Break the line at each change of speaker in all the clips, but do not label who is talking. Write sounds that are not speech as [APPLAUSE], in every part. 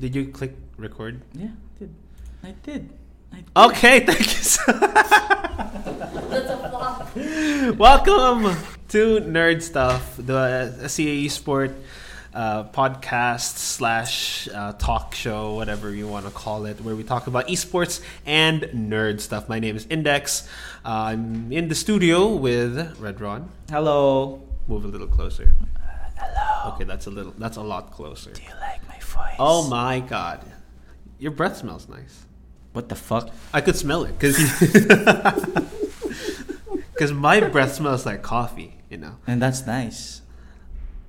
Did you click record?
Yeah, I did. I did. I did.
Okay, [LAUGHS] thank you. So-
That's a flop.
Welcome to Nerd Stuff, the uh, CAE Sport uh, podcast slash uh, talk show, whatever you want to call it, where we talk about esports and nerd stuff. My name is Index. Uh, I'm in the studio with Red Ron.
Hello.
Move a little closer. Hello. Okay, that's a little. That's a lot closer.
You like my voice?
Oh my god, your breath smells nice.
What the fuck?
I could smell it [LAUGHS] because my breath smells like coffee. You know,
And that's nice.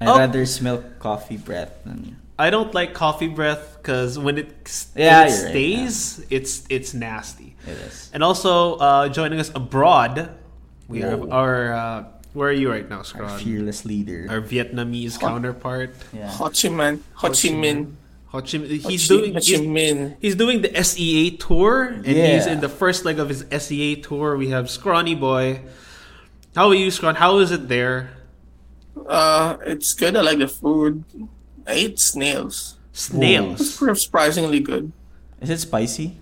I
Oh.
rather smell coffee breath than
I don't like coffee breath because when it, s- when
Yeah,
it
you're right,
stays, it's it's nasty.
it is.
And also uh, joining us abroad, we
Whoa.
have our uh, where are you right now,
Our
Scron?
fearless leader.
Our Vietnamese counterpart,
yeah.
Ho Chi Minh. Ho Chi Minh.
Ho Chi Minh.
Ho
He's
Chi-
doing
Ho Chi
he's,
Minh.
he's doing the SEA tour, and he's
Yeah.
in the first leg of his SEA tour. We have Scrawny Boy. How are you, Scron? How is it there?
Uh, it's good. I like the food. I ate snails.
Snails.
It's pretty surprisingly good.
Is it spicy?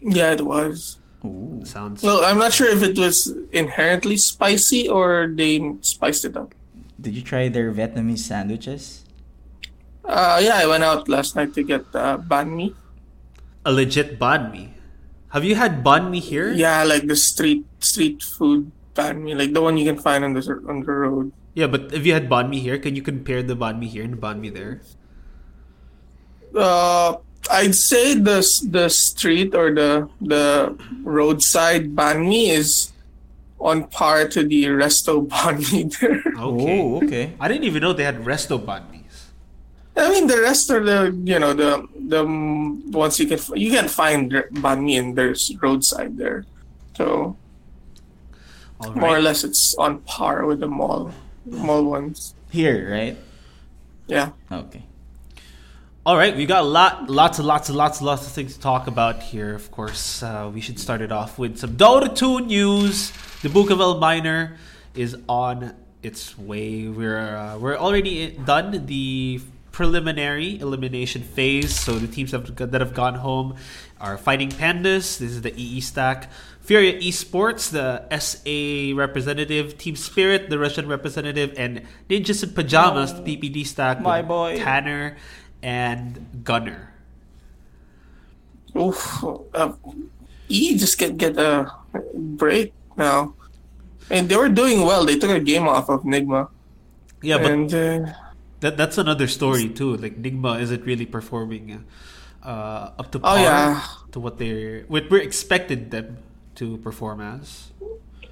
Yeah, it was.
Ooh.
Sounds.
Well, I'm not sure if it was inherently spicy or they spiced it up.
Did you try their Vietnamese sandwiches?
Uh, yeah, I went out last night to get uh, banh mi.
a legit banh mi. Have you had banh mi here?
Yeah, like the street street food banh mi, like the one you can find on the on the road.
Yeah, but if you had banh mi here, can you compare the banh mi here and the banh mi there?
Uh, I'd say the the street or the the roadside banh mi is on par to the resto banh mi there.
Okay.
Oh, okay.
I didn't even know they had resto banh mi's.
I mean, the rest are the you know the the mm, ones you can f- you can find r- banh mi and there's roadside there, so
All
more or
right.
less it's on par with the mall mall ones.
Here, right?
Yeah,
Okay.
All right, we got a lot, lots, and lots, and lots, and lots of things to talk about here. Of course, uh, we should start it off with some Dota 2 news. The Book of El Minor is on its way. We're uh, we're already i- done the preliminary elimination phase. So the teams have, that have gone home are Fighting Pandas. This is the EE stack. Furia Esports, the SA representative, Team Spirit, the Russian representative, and Ninjas in Pajamas, the PPD stack.
My
with
boy.
Tanner and Gunner.
oof, uh, E just get get a break now, and they were doing well. They took a game off of Nigma,
Yeah, but
and uh,
that, that's another story too. Like Nigma isn't really performing uh, up to
Oh,
par
yeah.
to what they what we're expected them to perform as.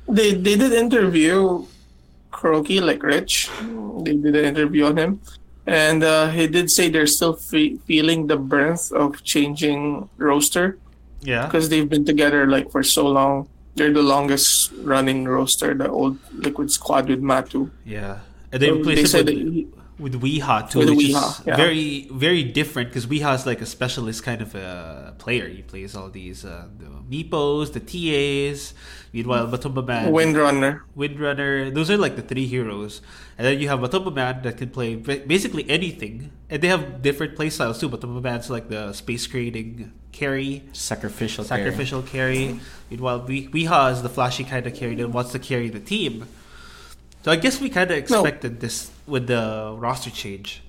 they they did interview Kuroki, like Rich. They did an interview on him, and uh, he did say they're still fe- feeling the birth of changing roster
Yeah,
because they've been together like for so long. They're the longest running roster, the old Liquid Squad with Matu.
yeah. And they
So
replaced
said
it
that-
with, with Weeha too,
With
which is
Weeha, yeah.
very very different because Weeha is like a specialist kind of a player. He plays all these uh, the Meepos, the TAs. Meanwhile, Batumba Man
Windrunner.
Windrunner. Those are like the three heroes. And then you have Batumba Man that can play ba- basically anything. And they have different playstyles too. Batumba Man's like the space creating carry,
Sacrificial. carry.
sacrificial carry. Meanwhile, we- Weeha is the flashy kind of carry that wants to carry the team. So I guess we kind of expected this with the roster change.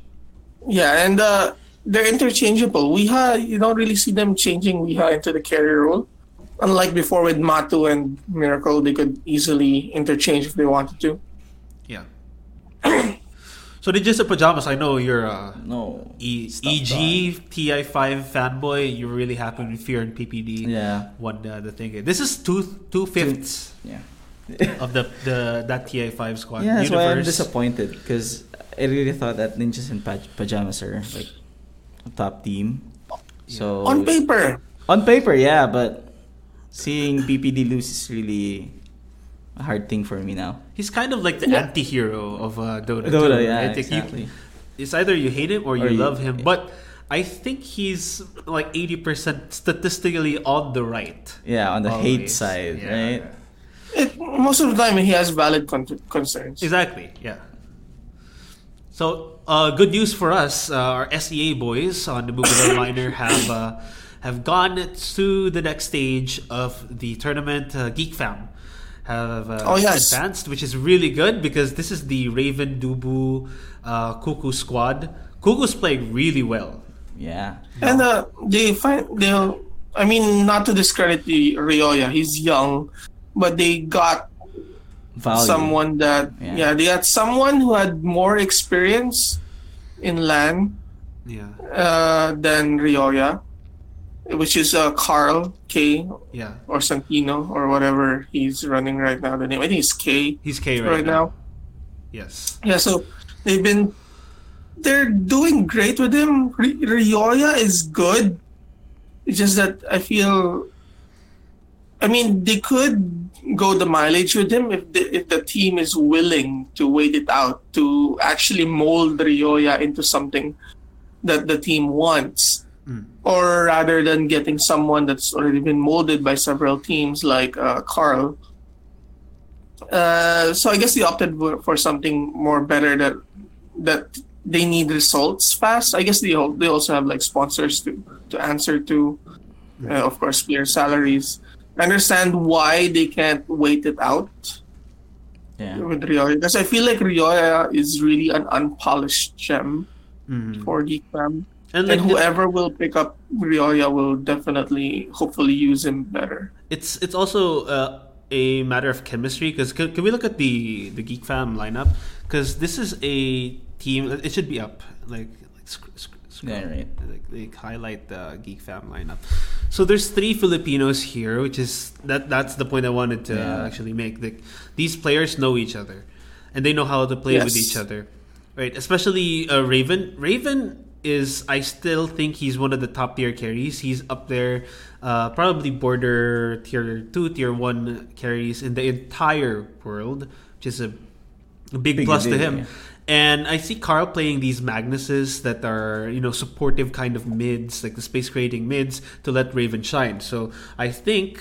Yeah, and uh, they're interchangeable. Weeha, you don't really see them changing Weeha into the carrier role. Unlike before with Matu and Miracle, they could easily interchange if they wanted to.
Yeah. [COUGHS] so they just the pajamas. I know you're a
No.
E-
Stop that.
EG TI5 fanboy. You're really happy with Fear and PPD.
Yeah.
won uh, the thing. This is two two fifths
Yeah.
of the the that TA five squad.
Yeah, that's why I'm
Universe.
disappointed because I really thought that Ninjas in Paj- Pajamas are like a top team. So
On paper,
on paper, yeah, but seeing PPD lose is really a hard thing for me now.
He's kind of like the anti-hero of uh, Dota.
Dota,
too.
yeah,
I think you-
exactly.
it's either you hate him or you
Or you-
love him. But I think he's like eighty percent statistically on the right.
Yeah, on the hate
Always.
side,
Yeah.
right?
it, most of the time he has valid con- concerns.
Exactly. Yeah. So uh, good news for us. Uh, our SEA boys on the
[COUGHS]
Mugadal Minor have uh, have gone to the next stage of the tournament. Uh, Geek Fam have uh,
Oh, yes.
advanced, which is really good because this is the Raven Dubu uh, Cuckoo squad. Cuckoo's playing really well.
Yeah.
And uh, they find they'll. I mean, not to discredit the Rioya, he's young, but they got
Value.
someone that
Oh, Yeah.
yeah. they got someone who had more experience in LAN
Yeah,
uh, than Rioya, which is uh, Carl K
yeah.
or Santino or whatever he's running right now. The name I think it's K
He's K
right, now.
Yes.
Yeah, so they've been they're doing great with him. Ri- Rioya is good. It's just that I feel I mean they could go the mileage with him if the, if the team is willing to wait it out to actually mold Rioya into something that the team wants. Or rather than getting someone that's already been molded by several teams like uh, Carl, uh, so I guess they opted for, for something more better that that they need results fast. I guess they al- they also have like sponsors to to answer to, uh, of course, player salaries. I understand why they can't wait it out
Yeah.
with Rioja because I feel like Rioja is really an unpolished gem
Mhm.
for Geekfam,
And, like,
and whoever will pick up Rioja will definitely, hopefully, use him better.
It's it's also uh, a matter of chemistry because can, can we look at the the Geek Fam lineup? Because this is a team. It should be up. Like like sc- sc- scroll.
Yeah, right.
Like, they highlight the Geek Fam lineup. So there's three Filipinos here, which is that that's the point I wanted to
Yeah.
actually make. Like these players know each other, and they know how to play with
Yes.
each other, right? Especially uh, Raven. Raven is I still think he's one of the top tier carries. He's up there, uh, probably border tier two, tier one carries in the entire world, which is a, a big,
Big
plus to
deal,
him.
yeah.
And I see Carl playing these Magnuses that are, you know, supportive kind of mids, like the space creating mids, to let Raven shine. So I think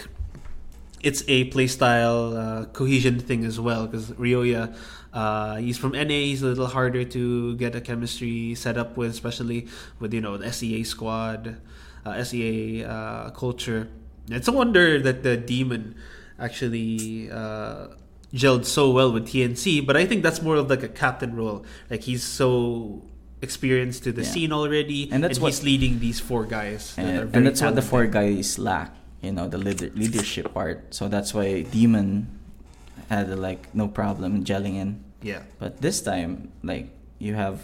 it's a playstyle uh, cohesion thing as well because Ryoya, uh, he's from NA, he's a little harder to get a chemistry set up with, especially with you know the SEA squad, uh, SEA uh, culture. It's a wonder that the demon actually uh, gelled so well with TNC, but I think that's more of like a captain role. Like he's so experienced to the
Yeah.
scene already,
And that's what-
he's leading these four guys. that are
And,
very
and that's what the
talented.
four guys lack, you know, the leader, leadership part. So that's why Demon had like no problem gelling in.
Yeah.
But this time, like you have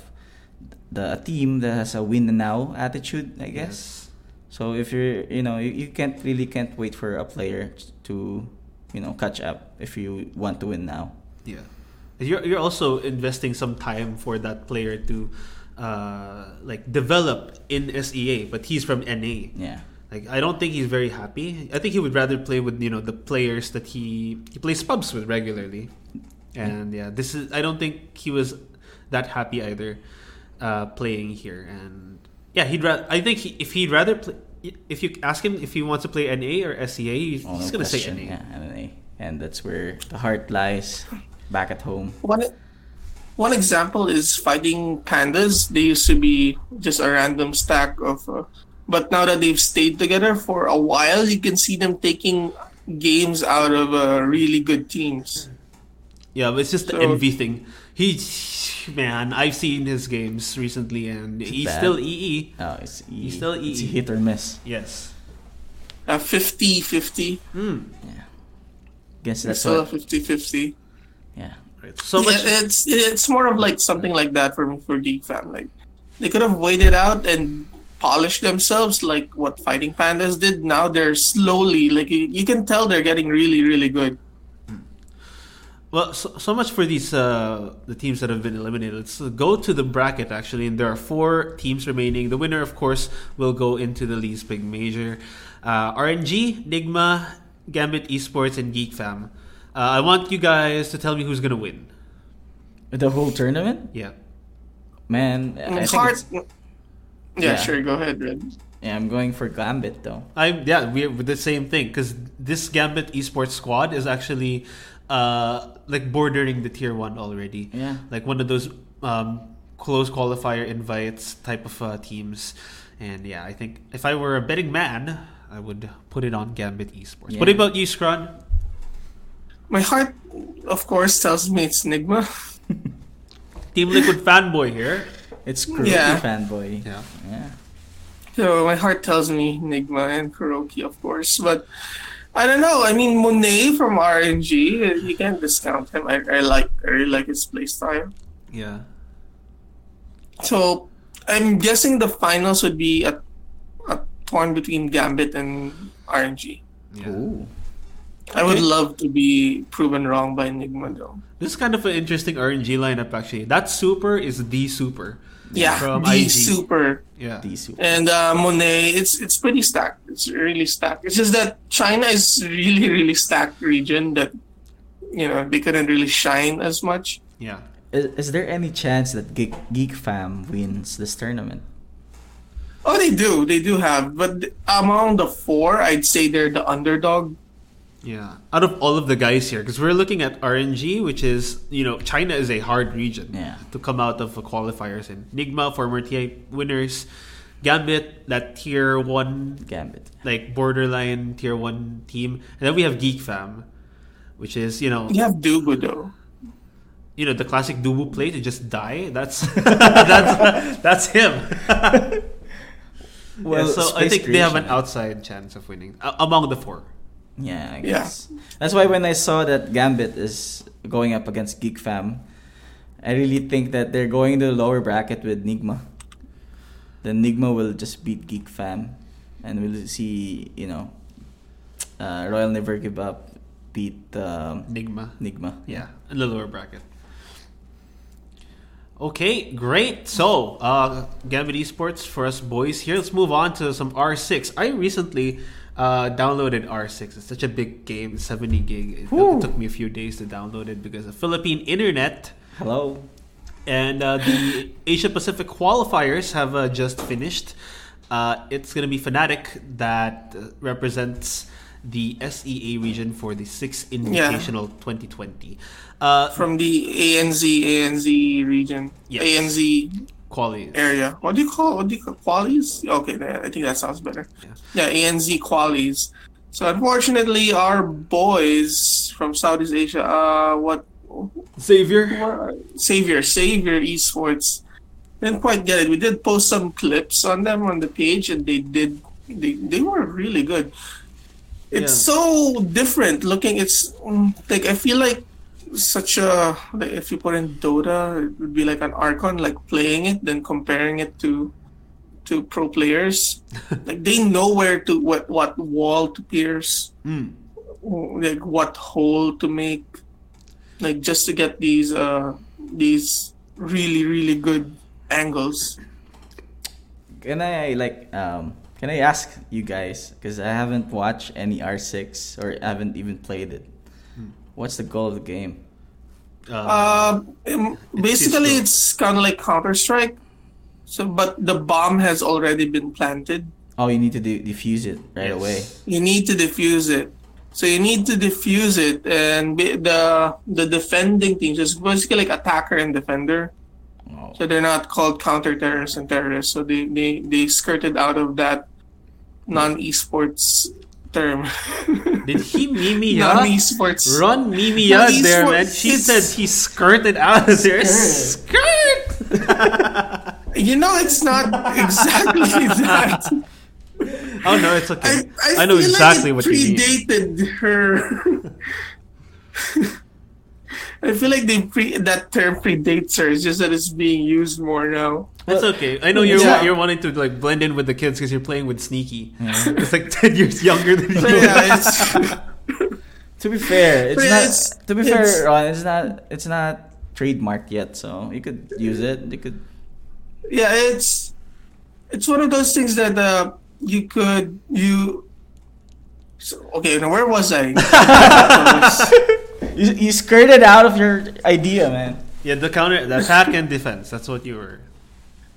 the a team that has a win now attitude, I guess. So if you're, you know, you, you can't really can't wait for a player to, you know, catch up if you want to win now.
Yeah, you're you're also investing some time for that player to uh, like develop in SEA, but he's from NA.
Yeah.
Like I don't think he's very happy. I think he would rather play with you know the players that he he plays pubs with regularly, and yeah, this is I don't think he was that happy either uh, playing here. And yeah, he'd ra- I think he, if he'd rather play if you ask him if he wants to play NA or SEA, he's,
Oh, no
gonna
question.
say NA.
Yeah, NA. And that's where the heart lies [LAUGHS] back at home.
One one example is fighting pandas. They used to be just a random stack of, uh, but now that they've stayed together for a while, you can see them taking games out of uh, really good teams.
Yeah, but it's just the
So-
envy thing. He, man, I've seen his games recently, and he's
bad?
still EE.
Oh, it's e-
He's still
it's a
EE.
hit or miss.
Yes.
Uh, 50-50.
Yeah. Guess that's
Still a
what.
50-50.
Yeah.
Right. So much.
Yeah, it's it's more of like something like that for me for Geek Fam. Like they could have waited out and polished themselves like what Fighting Pandas did. Now they're slowly like you, you can tell they're getting really really good.
Well, so, so much for these uh, the teams that have been eliminated. Let's go to the bracket actually, and there are four teams remaining. The winner, of course, will go into the League's Big Major. Uh, RNG, Nigma, Gambit Esports, and Geek Fam. Uh, I want you guys to tell me who's gonna win.
The whole tournament?
Yeah.
Man, I
it's
think
hard.
it's-
Yeah,
Yeah.
sure. Go ahead, Red.
yeah, I'm going for Gambit though.
I'm yeah, we're with the same thing because this Gambit esports squad is actually uh like bordering the tier one already.
Yeah.
like one of those um close qualifier invites type of uh, teams. And yeah, I think if I were a betting man, I would put it on Gambit Esports. What
Yeah.
about you, Scrun?
My heart, of course, tells me it's Nigma.
Team Liquid fanboy here.
It's Kuroki
Yeah.
fanboy.
Yeah.
Yeah.
So my heart tells me Nigma and Kuroki, of course. But I don't know. I mean, Monet from RNG, uh, you can't discount him. I, I like, I really like his playstyle.
Yeah.
So I'm guessing the finals would be a, a torn between Gambit and RNG.
yeah.
Ooh.
I
Okay.
would love to be proven wrong by Nigma though.
This is kind of an interesting RNG lineup, actually. That super is the super.
Yeah,
From
the
IG.
super
Yeah.
These two.
and uh, Monet. It's it's pretty stacked. It's really stacked. It's just that China is really really stacked region that you know they couldn't really shine as much.
Yeah.
Is, is there any chance that Geek, Geek Fam wins this tournament?
Oh, they do. They do have. But among the four, I'd say they're the underdog.
Yeah. Out of all of the guys here, because we're looking at RNG, which is, you know, China is a hard region
Yeah.
to come out of the qualifiers. And Nigma, former TA winners. Gambit, that tier one,
Gambit.
like borderline tier one team. And then we have Geek Fam, which is, you know,
You have Dubu though.
you know, the classic Dubu play to just die. That's [LAUGHS] that's that's
[LAUGHS]
him.
Well,
Yeah, so I
Space
think they have an
Creation.
outside chance of winning uh, among the four.
Yeah, I
Yeah.
guess. That's why when I saw that Gambit is going up against Geek Fam, I really think that they're going to the lower bracket with Nigma. Then Nigma will just beat Geek Fam, and we'll see, you know, uh, Royal Never Give Up beat um,
Enigma.
Nigma.
Yeah, in the lower bracket. Okay, great. So, uh, Gambit Esports for us boys here. Let's move on to some R6. I recently uh, downloaded R6. It's such a big game, 70 gig. It, it took me a few days to download it because of Philippine internet.
Hello.
And uh, the Asia Pacific qualifiers have uh, just finished. Uh, it's going to be Fnatic that uh, represents the SEA region for the Six Invitational 2020 uh,
From the ANZ ANZ region,
Yes.
ANZ
qualies.
area. What do you call? What do you call qualies? Okay, that, I think that sounds better.
Yeah.
Yeah, ANZ qualies. So unfortunately, our boys from Southeast Asia, uh, what,
Xavier.
what savior, savior esports, didn't quite get it. We did post some clips on them on the page, and they did. They they were really good. It's
Yeah.
so different looking. It's mm, like I feel like such a like if you put in Dota, it would be like an Archon, like playing it, then comparing it to to pro players. like they know where to what what wall to pierce,
Mm.
like what hole to make, like just to get these uh these really really good angles.
Can I like um can I ask you guys cuz I haven't watched any R6 or haven't even played it. What's the goal of the game?
Uh,
Um, um, basically,
Cisco.
it's kind of like Counter Strike. So, but the bomb has already been planted.
Oh, you need to de- defuse it right
Yes.
away.
You need to defuse it. So you need to defuse it, and be, the the defending teams is basically like attacker and defender.
Oh.
So they're not called counter terrorists and terrorists. So they they, they skirted out of that non esports term.
did he
[LAUGHS]
Mimi
non
ya?
esports?
Run Mimi out
He's
there,
for-
man. She
he's-
said he skirted out of there.
Skirt.
Skirt!
You know, it's not exactly [LAUGHS] that.
[LAUGHS] oh, no, it's okay.
I, I,
know
feel
exactly
like
what
it
you mean.
predated her. [LAUGHS] I feel like they pre- that term predates her. It's just that it's being used more now.
That's okay. I know you're
Yeah.
you're wanting to like blend in with the kids because you're playing with Sneaky. It's like [LAUGHS] ten years younger than you.
So
[LAUGHS]
Mm. yeah, it's, [LAUGHS]
To be fair, it's
But
not.
it's-
to be
it's-
fair, Ron, it's not. It's not trademarked yet, so you could use it. You could.
yeah, it's it's one of those things that uh, you could you. So, okay, now where
[LAUGHS]
was I?
You, you skirted out of your idea, man.
yeah, the counter, the attack and defense. That's what you were.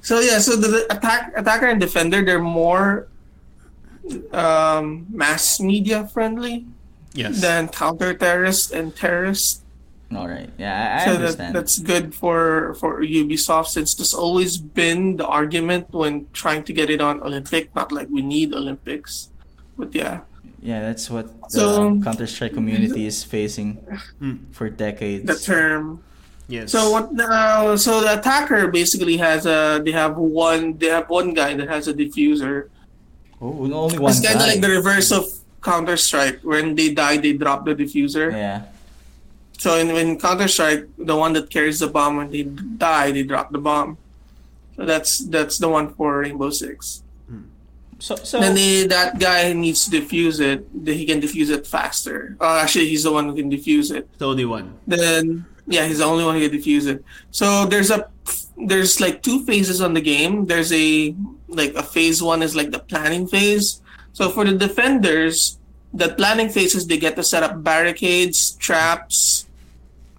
So yeah, so the, the attack attacker and defender they're more um, mass media friendly
Yes.
than counter terrorist and terrorist.
All right. Yeah, I, I
so that,
understand.
that's good for for Ubisoft since there's always been the argument when trying to get it on Olympic, not like we need Olympics, but yeah,
yeah, that's what the
So-
Counter Strike community is facing for decades.
the term
Yes.
So what? Uh, so the attacker basically has a. They have one. They have one guy that has a diffuser.
Oh, only one
It's kind of
guy.
like the reverse of Counter Strike. When they die, they drop the diffuser.
yeah.
So in, in Counter Strike, the one that carries the bomb when they die, they drop the bomb. So that's that's the one for Rainbow Six.
So so
Then they, that guy needs to defuse it. Then he can defuse it faster. Uh, actually, he's the one who can defuse it.
the only one.
then yeah, he's the only one who can defuse it. So there's a there's like two phases on the game. There's a like a phase one is like the planning phase. So for the defenders, the planning phase is they get to set up barricades, traps,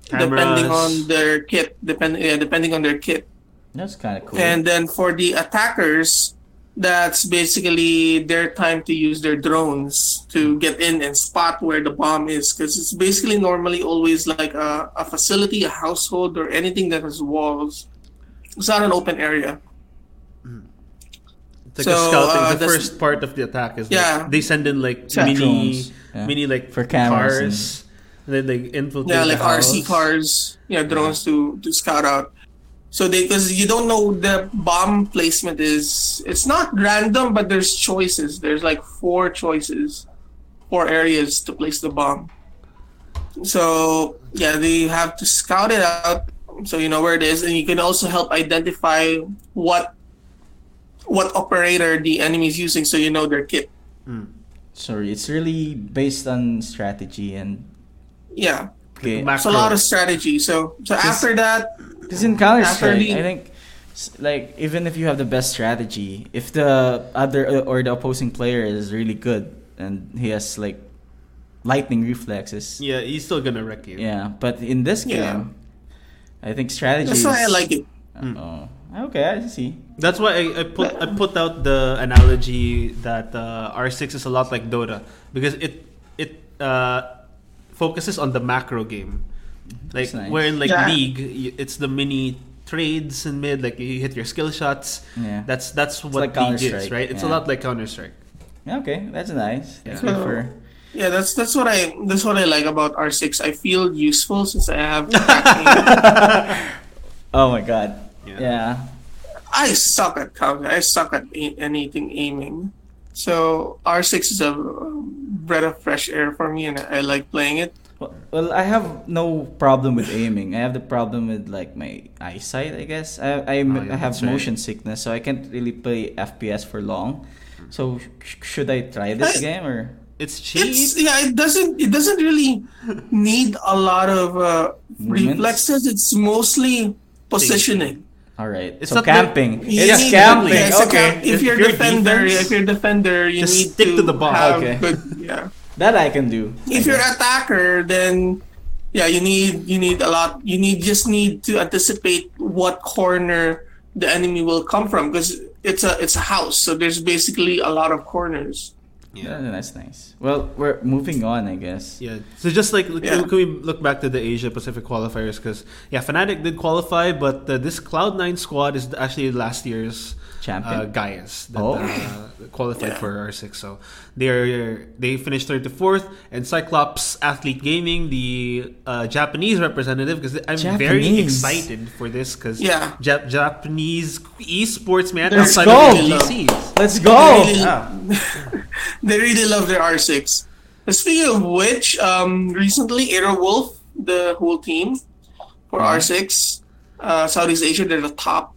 depending
Cameras.
on their kit, depend yeah, depending on their kit.
that's kind of cool.
And then for the attackers, that's basically their time to use their drones to get in and spot where the bomb is. Because it's basically normally always like a, a facility, a household, or anything that has walls. It's not an open area.
It's like
So,
a scouting.
uh,
the
this-
first part of the attack is like,
Yeah.
they send in like
Yeah.
mini,
Drones. Yeah.
mini like
For cameras
cars, and, then they infiltrate.
Yeah,
the
like RC
house.
cars, yeah, drones to to scout out. So they because you don't know the bomb placement is. It's not random, but there's choices. There's like four choices, four areas to place the bomb. So yeah, they have to scout it out so you know where it is, and you can also help identify what what operator the enemy is using, so you know their kit.
Sorry, it's really based on strategy and
Yeah,
okay.
it's a lot of strategy. So so after that,
Because in Counter Strike,
Apparently-
I think s- like even if you have the best strategy, if the other uh, or the opposing player is really good and he has like lightning reflexes, yeah.
Yeah, he's still gonna wreck you.
but in this game,
Yeah.
I think strategy. is,
that's why I like Hmm. it.
Oh, okay, I see.
That's why I, I put I put out the analogy that uh, R6 is a lot like Dota because it it uh, focuses on the macro game, like
Mm-hmm. That's nice.
where in like
Yeah.
League y- it's the mini trades in mid, like you hit your skill shots.
Yeah.
That's that's
like
what League is,
Counter-Strike,
right? It's a
yeah.
lot like Counter Strike.
Yeah, okay, that's nice. That's
Yeah.
good for.
Yeah, that's that's what I that's what I like about R6. I feel useful since I
[LAUGHS]
have hacking.
Oh my god.
Yeah.
Yeah.
I suck at counter. I suck at a- anything aiming. So R6 is a um, breath of fresh air for me, and I like playing it.
Well, well, I have no problem with aiming. I have the problem with like my eyesight, I guess. I I'm,
Oh, yeah,
I have
that's right.
motion sickness, so I can't really play FPS for long. So sh- should I try this
I-
game or?
It's cheap.
It's yeah, it doesn't it doesn't really need a lot of uh,
Movements?
reflexes. It's mostly positioning.
All right.
It's
so
not like-
camping.
You
it's
need-
camping.
yeah, so
okay.
If, you're
If you're
defender,
defense,
if you're defender, you
just
need
stick to
to
the ball.
Have
Okay.
good, yeah.
That I can do. I
if you're
guess.
attacker then yeah you need you need a lot you need just need to anticipate what corner the enemy will come from because it's a it's a house so there's basically a lot of corners
Yeah, that's nice. Well, we're moving on, I guess.
Yeah. So just like look,
Yeah.
can we look back to the Asia Pacific qualifiers because yeah, Fnatic did qualify, but uh, this Cloud Nine squad is actually last year's uh,
Champion.
Gaius that
Oh.
uh, qualified
Yeah.
for R6. So they're they finished 34th, and Cyclops Athlete Gaming, the uh, Japanese representative, because I'm very
Japanese.
excited for this because
Yeah.
Jap- Japanese esports man
Let's
outside
go!
of the GCs.
Let's go.
Really?
Yeah.
they really love their r6 speaking of which um recently Aero wolf the whole team for
Mhm.
r6 uh southeast asia they're the top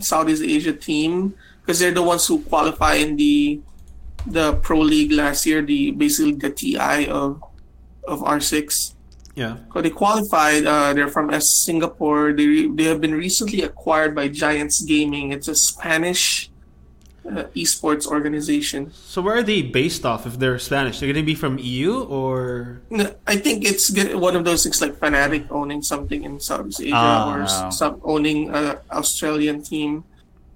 southeast asia team because they're the ones who qualify in the the pro league last year the basically the ti of of r6
Yeah.
so they qualified. Uh, they're from S- Singapore. They re- they have been recently acquired by Giants Gaming. It's a Spanish uh, esports organization.
So where are they based off? If they're Spanish, they're going to be from EU or
N- I think it's g- one of those things like Fnatic owning something in Southeast Asia
Ah,
or s-
no.
some owning an Australian team.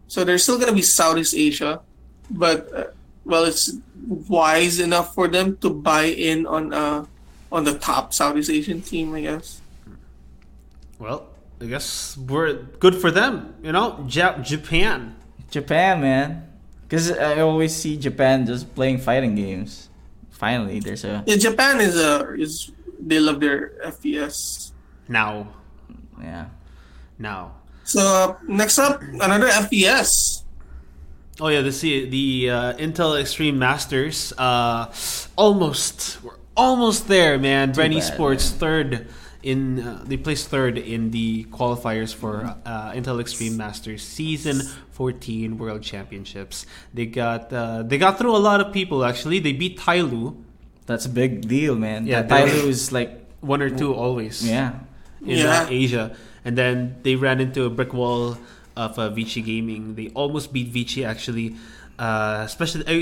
So they're still gonna be Southeast Asia, but uh, well, it's wise enough for them to buy in on uh on the top Southeast Asian team, I guess.
Well, I guess we're good for them. You know, Jap- Japan.
Japan, man. Because I always see Japan just playing fighting games. Finally, there's a
Yeah, Japan is a is they love their FPS.
Now,
yeah.
now.
So uh, next up, another FPS.
Oh yeah, the C- the uh, Intel Extreme Masters. Uh, almost, we're almost there, man. Brenny
bad,
Sports third in uh, they placed third in the qualifiers for uh, Intel Extreme Masters season 14 World Championships. They got uh, they got through a lot of people actually. They beat Tyloo
That's a big deal, man.
Yeah,
Yeah, Tyloo
they-
is like
one or two always.
yeah.
in
Yeah.
uh, Asia, and then they ran into a brick wall of uh, Vici Gaming. They almost beat Vici actually, uh, especially I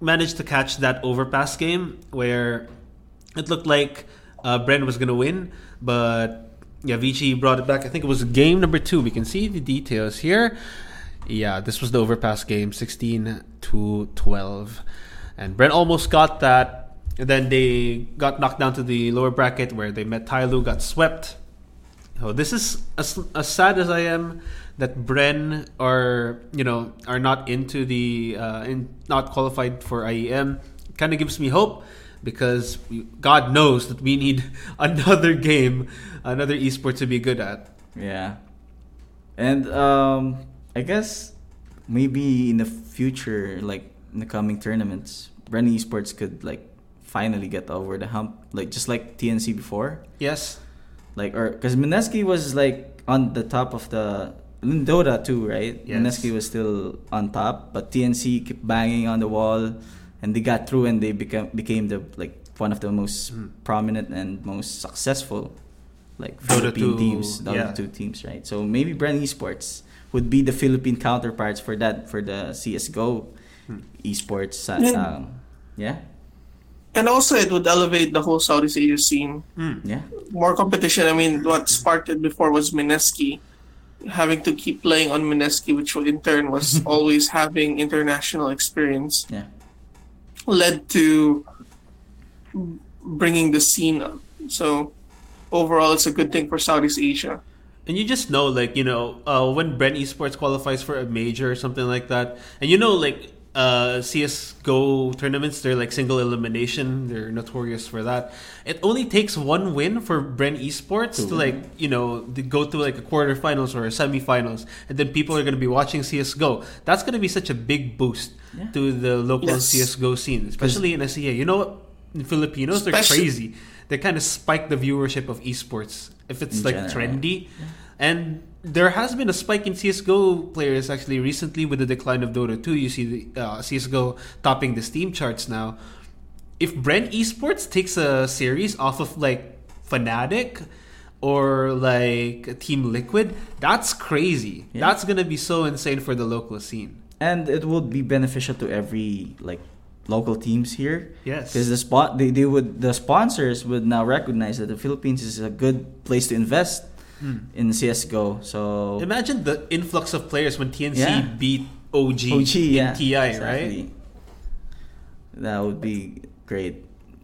managed to catch that overpass game where it looked like uh, Bren was gonna win, but yeah, Vici brought it back. I think it was game number two. We can see the details here. Yeah, this was the overpass game, sixteen to twelve, and Bren almost got that. And then they got knocked down to the lower bracket where they met Tyloo, got swept. So Oh, this is as, as sad as I am that Bren are you know are not into the uh, in, not qualified for IEM. Kind of gives me hope because we, God knows that we need [LAUGHS] another game, another esport to be good at.
Yeah. And um I guess maybe in the future, like in the coming tournaments, Bren Esports could like finally get over the hump. Like just like TNC before.
Yes,
Like or because Mineski was like on the top of the in Dota too, right?
Yes.
Mineski was still on top, but TNC kept banging on the wall and they got through and they became became the like one of the most
Hmm.
prominent and most successful like
Dota
Philippine
2,
teams, Dota
yeah.
2 teams, right? So maybe Brand Esports would be the Philippine counterparts for that for the CS:GO
Hmm.
esports uh,
Yeah.
um, yeah.
And also, it would elevate the whole Southeast Asia scene.
Yeah.
More competition. I mean, what sparked it before was Mineski having to keep playing on Mineski, which in turn was always having international experience,
Yeah.
led to bringing the scene up. So overall, it's a good thing for Southeast Asia.
And you just know, like, you know, uh, when Brent Esports qualifies for a major or something like that, and you know, like, uh, CSGO tournaments, they're like single elimination. They're notorious for that. It only takes one win for Brent Esports to, like, you know, to go to like a quarterfinals or a semifinals. And then people are going to be watching CSGO. That's going to be such a big boost
Yeah.
to the local
Yes.
CSGO scene, especially in SEA. You know what? In Filipinos, they're
Especially-
crazy. They kind of spike the viewership of esports if it's
In
like
general.
trendy. And there has been a spike in CSGO players actually recently with the decline of Dota 2. You see the, uh, CSGO topping the Steam charts now. If Brent Esports takes a series off of like Fnatic or like Team Liquid, that's crazy.
Yeah.
That's going to be so insane for the local scene.
and it would be beneficial to every like local teams here
Yes.
because the spot they, they would the sponsors would now recognize that the philippines is a good place to invest in csgo so
Imagine the influx of players when TNC
Yeah.
beat OG,
OG, yeah,
in TI, right?
exactly. that would be great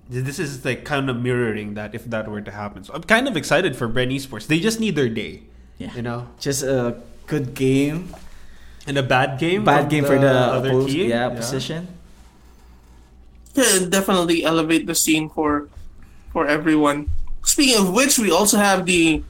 This is like kind of mirroring that if that were to happen. So I'm kind of excited for Bren Esports. They just need their day,
yeah
you know,
just a good game
and a bad game.
bad
from
game for the
other
oppos-
team.
yeah position
Yeah, definitely elevate the scene for for everyone. Speaking of which, we also have the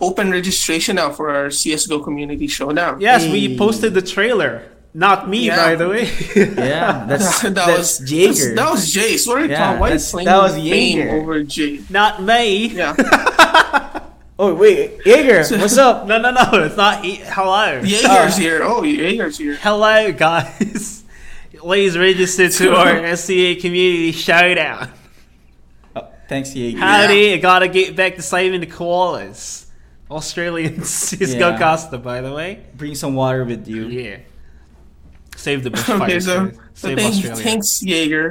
open registration now for our CS:GO community showdown.
Yes,
Hey.
we posted the trailer. Not me,
Yeah.
by the way.
[LAUGHS] yeah that's
that,
that's
was
jaeger
That was Jace. What are you
Yeah,
talking? Why are you
that's-
playing
that was
Bane
Jaeger.
over
[LAUGHS]
Jace?
Not me.
[LAUGHS]
Yeah,
oh wait jaeger what's up
No, no, no. It's not. E- Hello.
Jaeger's here. Oh, Jaeger's here.
Hello, guys. [LAUGHS] Please register to
[LAUGHS]
our SCA community showdown.
Oh, thanks jaeger
Howdy, I gotta get back to saving the koalas. Australian [LAUGHS] Cisco
Yeah.
Costa, by the way.
bring some water with you
Yeah. Save the
Okay,
bushfires.
so,
guys.
so
Save
thanks,
Australia.
thanks, Jaeger.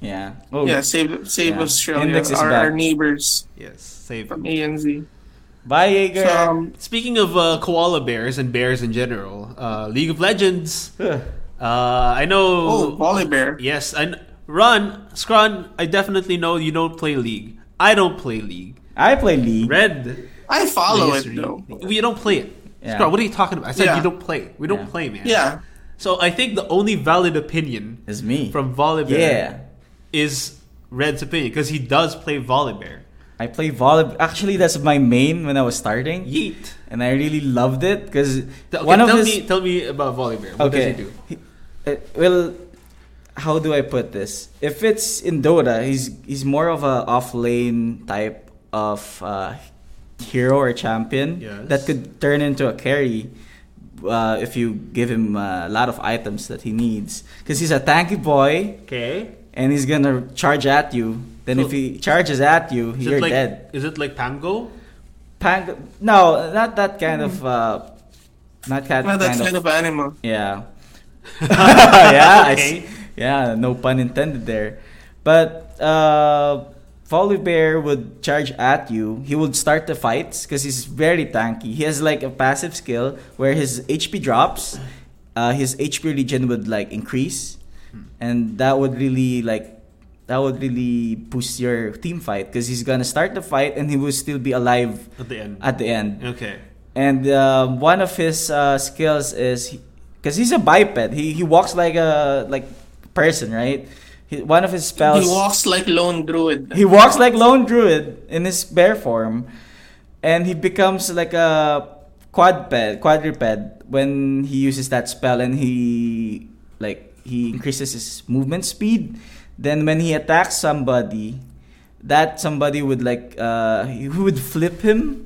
Yeah. Oh,
Yeah, save save
Yeah.
Australia,
Index is
our, our
back.
neighbors
Yes, save
from ANZ.
Bye, Jaeger.
So, um,
Speaking of uh, koala bears and bears in general, uh, League of Legends.
Ugh.
Uh, I know.
oh, Volley Bear.
Yes, and Ron, Scron, I definitely know you don't play League. I don't play League.
[LAUGHS] I play League.
Red,
I follow
Yes,
it
really.
though.
We don't play it.
Yeah.
Scrub, what are you talking about? I said
Yeah.
you don't play. We don't
Yeah.
play, man.
Yeah.
So I think the only valid opinion
It's me.
from Volibear
yeah.
is Red's opinion because he does play Volibear.
I play volleyball. Actually, that's my main when I was starting.
Yeet.
And I really loved it because
Th- okay,
one of
tell
his
me, tell me about Volibear. What does he do?
He- uh, well, how do I put this? If it's in Dota, he's he's more of a off lane type of uh, hero or champion
Yes.
that could turn into a carry uh, if you give him uh, a lot of items that he needs. Because he's a tanky boy
Okay.
and he's gonna charge at you. Then
So-
if he charges at you,
Is
you're
it like
dead.
is it like Pango?
Pang- no, not that kind of. Uh, not that
Not that
kind of
kind of animal.
yeah.
[LAUGHS]
[LAUGHS] yeah, I
Okay.
s- yeah, no pun intended there. But uh Volibear would charge at you. He would start the fights because he's very tanky. He has like a passive skill where his HP drops, uh, his HP regen would like increase,
Hmm.
and that would really like that would really boost your team fight because he's gonna start the fight and he will still be alive
At the end.
at the end.
okay.
And um, one of his uh, skills is because he's a biped. He he walks like a like person, right? He, one of his spells.
He walks like lone druid.
He walks like lone druid in his bear form, and he becomes like a quadped, quadruped when he uses that spell, and he like he increases his movement speed. Then when he attacks somebody, that somebody would like uh, he would flip him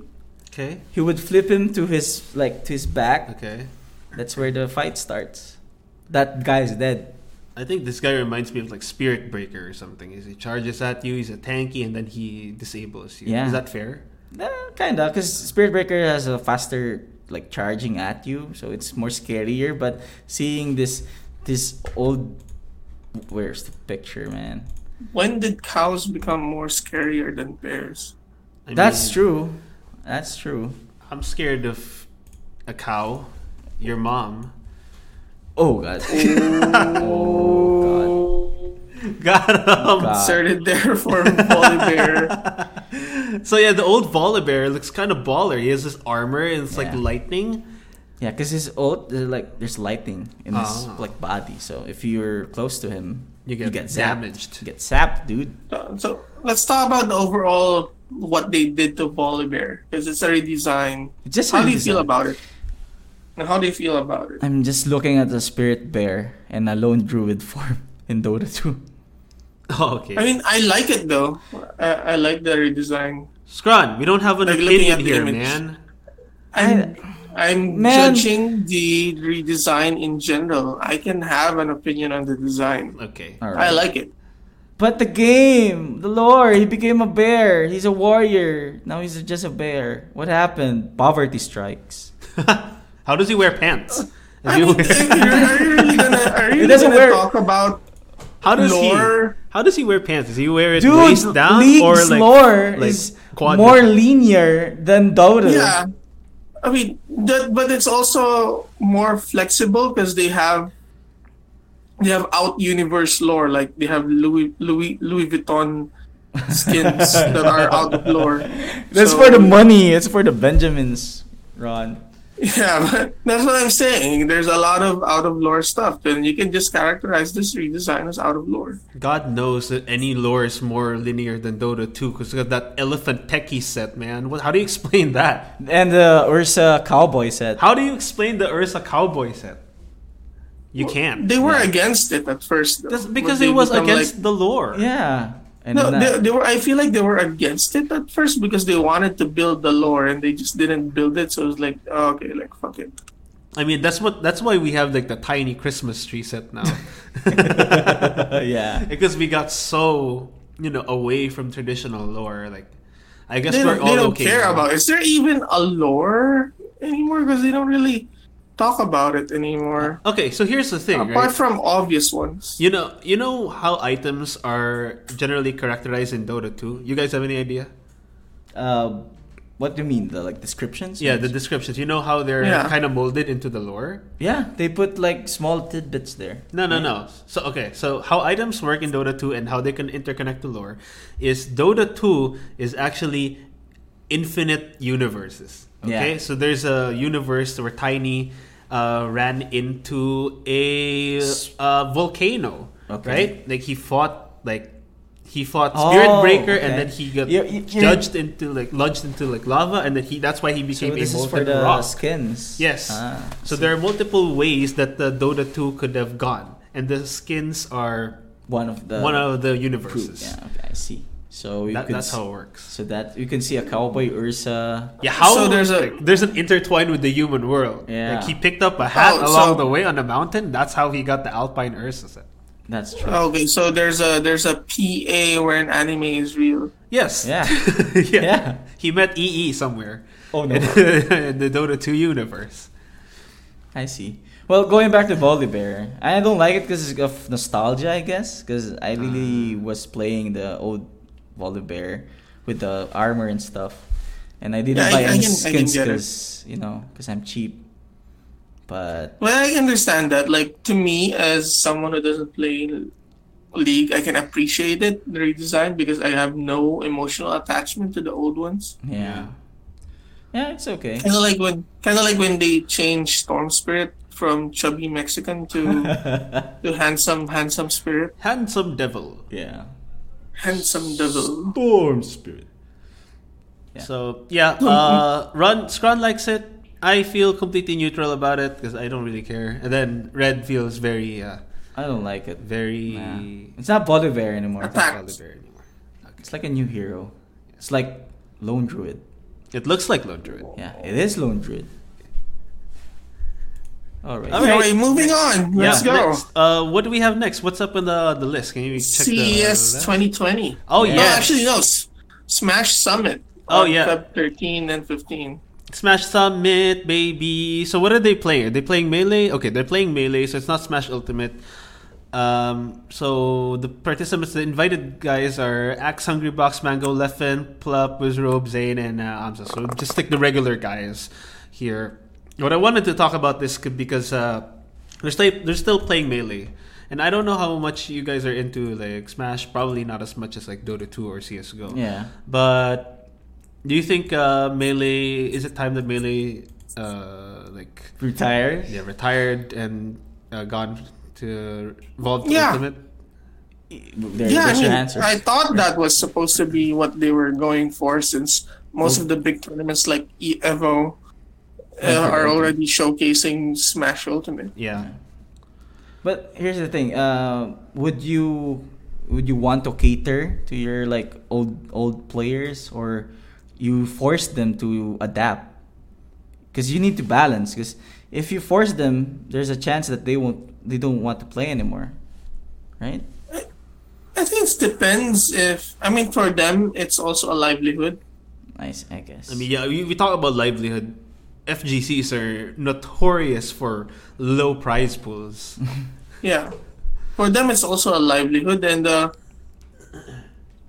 Okay.
he would flip him to his like to his back.
Okay.
That's where the fight starts. That guy's dead.
I think this guy reminds me of like Spirit Breaker or something. Is he charges at you, he's a tanky, and then he disables you.
Yeah.
Is that fair?
Nah, kinda, because Spirit Breaker has a faster like charging at you, so it's more scarier. But seeing this this old where's the picture, man?
When did cows become more scarier than bears?
I
That's
mean,
true. That's true.
I'm scared of a cow, your
[LAUGHS]
mom.
Oh god. [LAUGHS] oh god.
Got him.
Oh, God.
Inserted there
[LAUGHS]
for Volibear.
So yeah, the old Volibear looks kind of baller. He has this armor and it's like
Yeah.
lightning.
Yeah, because his old there's like there's lightning in his
Ah.
like body, so if you're close to him,
You get
zapped.
damaged.
You get sapped, dude.
Uh, so let's talk about the overall what they did to Volibear because it's a redesign.
Just
how
a
do you feel
redesign.
about it? And how do you feel about it?
I'm just looking at the spirit bear and a lone druid form in Dota 2.
Oh, [LAUGHS] okay.
I mean, I like it though. I, I like the redesign.
Scron, we don't have an
Like, looking
opinion
at the
here,
image.
man.
I'm, I'm
Man.
judging the redesign in general. I can have an opinion on the design.
Okay.
[LAUGHS] All
I
right.
like it.
But the game, the lore, he became a bear. He's a warrior. Now he's just a bear. What happened? Poverty strikes.
[LAUGHS] How does he wear pants? Does
Uh, I
he
mean,
wear-
if [LAUGHS] you're- are you really gonna,
[LAUGHS]
are you
It doesn't
gonna
wear-
talk about
[LAUGHS] how does
lore-
he? How does he wear pants? Does he wear it
Dude,
waist down
League's
or like
lore
like
is
quad-
more linear than Dota.
Yeah. I mean, that, but it's also more flexible because they have they have out universe lore. Like they have Louis Louis Louis Vuitton
[LAUGHS]
skins that are out of lore.
That's
So-
for the money. It's for the Benjamins, Ron.
[LAUGHS] Yeah, but that's what I'm saying. There's a lot of out of lore stuff, and you can just characterize this redesign as out of lore.
God knows that any lore is more linear than Dota 2 because got that elephant techie set, man. What, how do you explain that?
And the Ursa cowboy set.
How do you explain the Ursa cowboy set? You can't.
They were against it at first, though,
That's
but
because
they
it was
become
against
like-
the lore.
Yeah. And
no,
that-
they, they were. I feel like they were against it at first because they wanted to build the lore and they just didn't build it. So it's like, oh, okay, like fuck it.
I mean, that's what. That's why we have like the tiny Christmas tree set now.
yeah.
[LAUGHS] because we got so you know away from traditional lore. Like, I guess
They
we're
don't,
all
they don't
okay.
care
now.
about. Is there even a lore anymore? Because they don't really talk about it anymore,
Okay, so here's the thing,
apart
right?
from obvious ones.
You know, you know how items are generally characterized in Dota 2. You guys have any idea?
Uh, what do you mean? The like descriptions?
Yeah, the descriptions. You know how they're
Yeah.
kind of molded into the lore.
Yeah, they put like small tidbits there.
No, no, no. So okay, so how items work in Dota 2 and how they can interconnect to lore is Dota 2 is actually infinite universes. Okay,
Yeah.
so there's a universe where Tiny uh, ran into a, uh volcano,
Okay.
right? Like he fought like he fought
Oh,
Spirit Breaker,
okay.
and then he got
You- you- you-
judged into like lodged into like lava, and then he that's why he
So
became
this
a
is for
molten
the
rock.
skins.
Yes.
Ah,
so there are multiple ways that the Dota 2 could have gone, and the skins are
one of the
one of the
proof.
universes.
Yeah, okay, I see. So you
That,
could
that's
s-
how it works.
So that you can see a cowboy Ursa.
Yeah, how
So there's a-
like, there's an intertwine with the human world.
Yeah.
like he picked up a hat
Oh,
along
so-
the way on a mountain. That's how he got the Alpine Ursa set.
That's true.
Okay, so there's a there's a PA where an anime is real.
Yes.
Yeah.
[LAUGHS] yeah.
Yeah.
He met EE somewhere.
Oh, no.
In, [LAUGHS] in the Dota 2 universe.
[LAUGHS] I see. Well, going back to Volibear, I don't like it because of nostalgia, I guess. Because I really was playing the old Volibear with the armor and stuff, and I didn't
Yeah, I-
buy
I
any
can- I can
skins
get it.
because you know because I'm cheap. But
Well, I understand that. Like to me, as someone who doesn't play League, I can appreciate it the redesign because I have no emotional attachment to the old ones.
yeah, yeah, it's okay.
Kind of like when kind of like when they changed Storm Spirit from chubby Mexican
[LAUGHS]
to to handsome handsome spirit,
Handsome devil.
yeah.
handsome devil.
Storm spirit. Yeah.
So yeah, uh, run. Scron likes it. I feel completely neutral about it because I don't really care. And then red feels very, uh,
I don't like it.
very.
Nah. It's not Volibear anymore.
not
Attack.
Volibear anymore.
It's like a new hero. It's like Lone Druid.
It looks like Lone Druid.
Yeah, it is Lone Druid. All right.
All right.
Anyway, moving on. Let's
Yeah,
go.
next. Uh, what do we have next? What's up in the the list? Can you check the list?
CES 2020.
Oh
No,
yeah,
actually no. S- Smash Summit.
Oh,
on
yeah.
Feb 13 and 15.
Smash Summit, baby. So what are they playing? Are they playing melee? Okay, they're playing melee, so it's not Smash Ultimate. Um, so the participants, the invited guys are Axe, Hungry Box, Mango, Leffen, Plup, Wizrobe, Zane, and uh, Amza. So just stick the regular guys here. What I wanted to talk about this could- because uh, they're still they're still playing melee, and I don't know how much you guys are into like Smash. Probably not as much as like Dota 2 or CS:GO.
Yeah.
But do you think uh, melee is it time that melee uh, like
Retire.
yeah retired and uh, gone to evolve to
Yeah.
ultimate?
There,
yeah, I
there's
mean,
your answer.
I thought that was supposed to be what they were going for since most of the big tournaments like E- Evo uh, are already showcasing Smash Ultimate.
Yeah.
But here's the thing. Uh, would you would you want to cater to your like old old players or you force them to adapt? Because you need to balance. Because if you force them, there's a chance that they won't they don't want to play anymore, right?
I think it depends if I mean for them it's also a livelihood.
Nice, I guess.
I mean, yeah, we, we talk about livelihood. FGCs are notorious for low prize pools.
Yeah. For them, it's also a livelihood, and uh,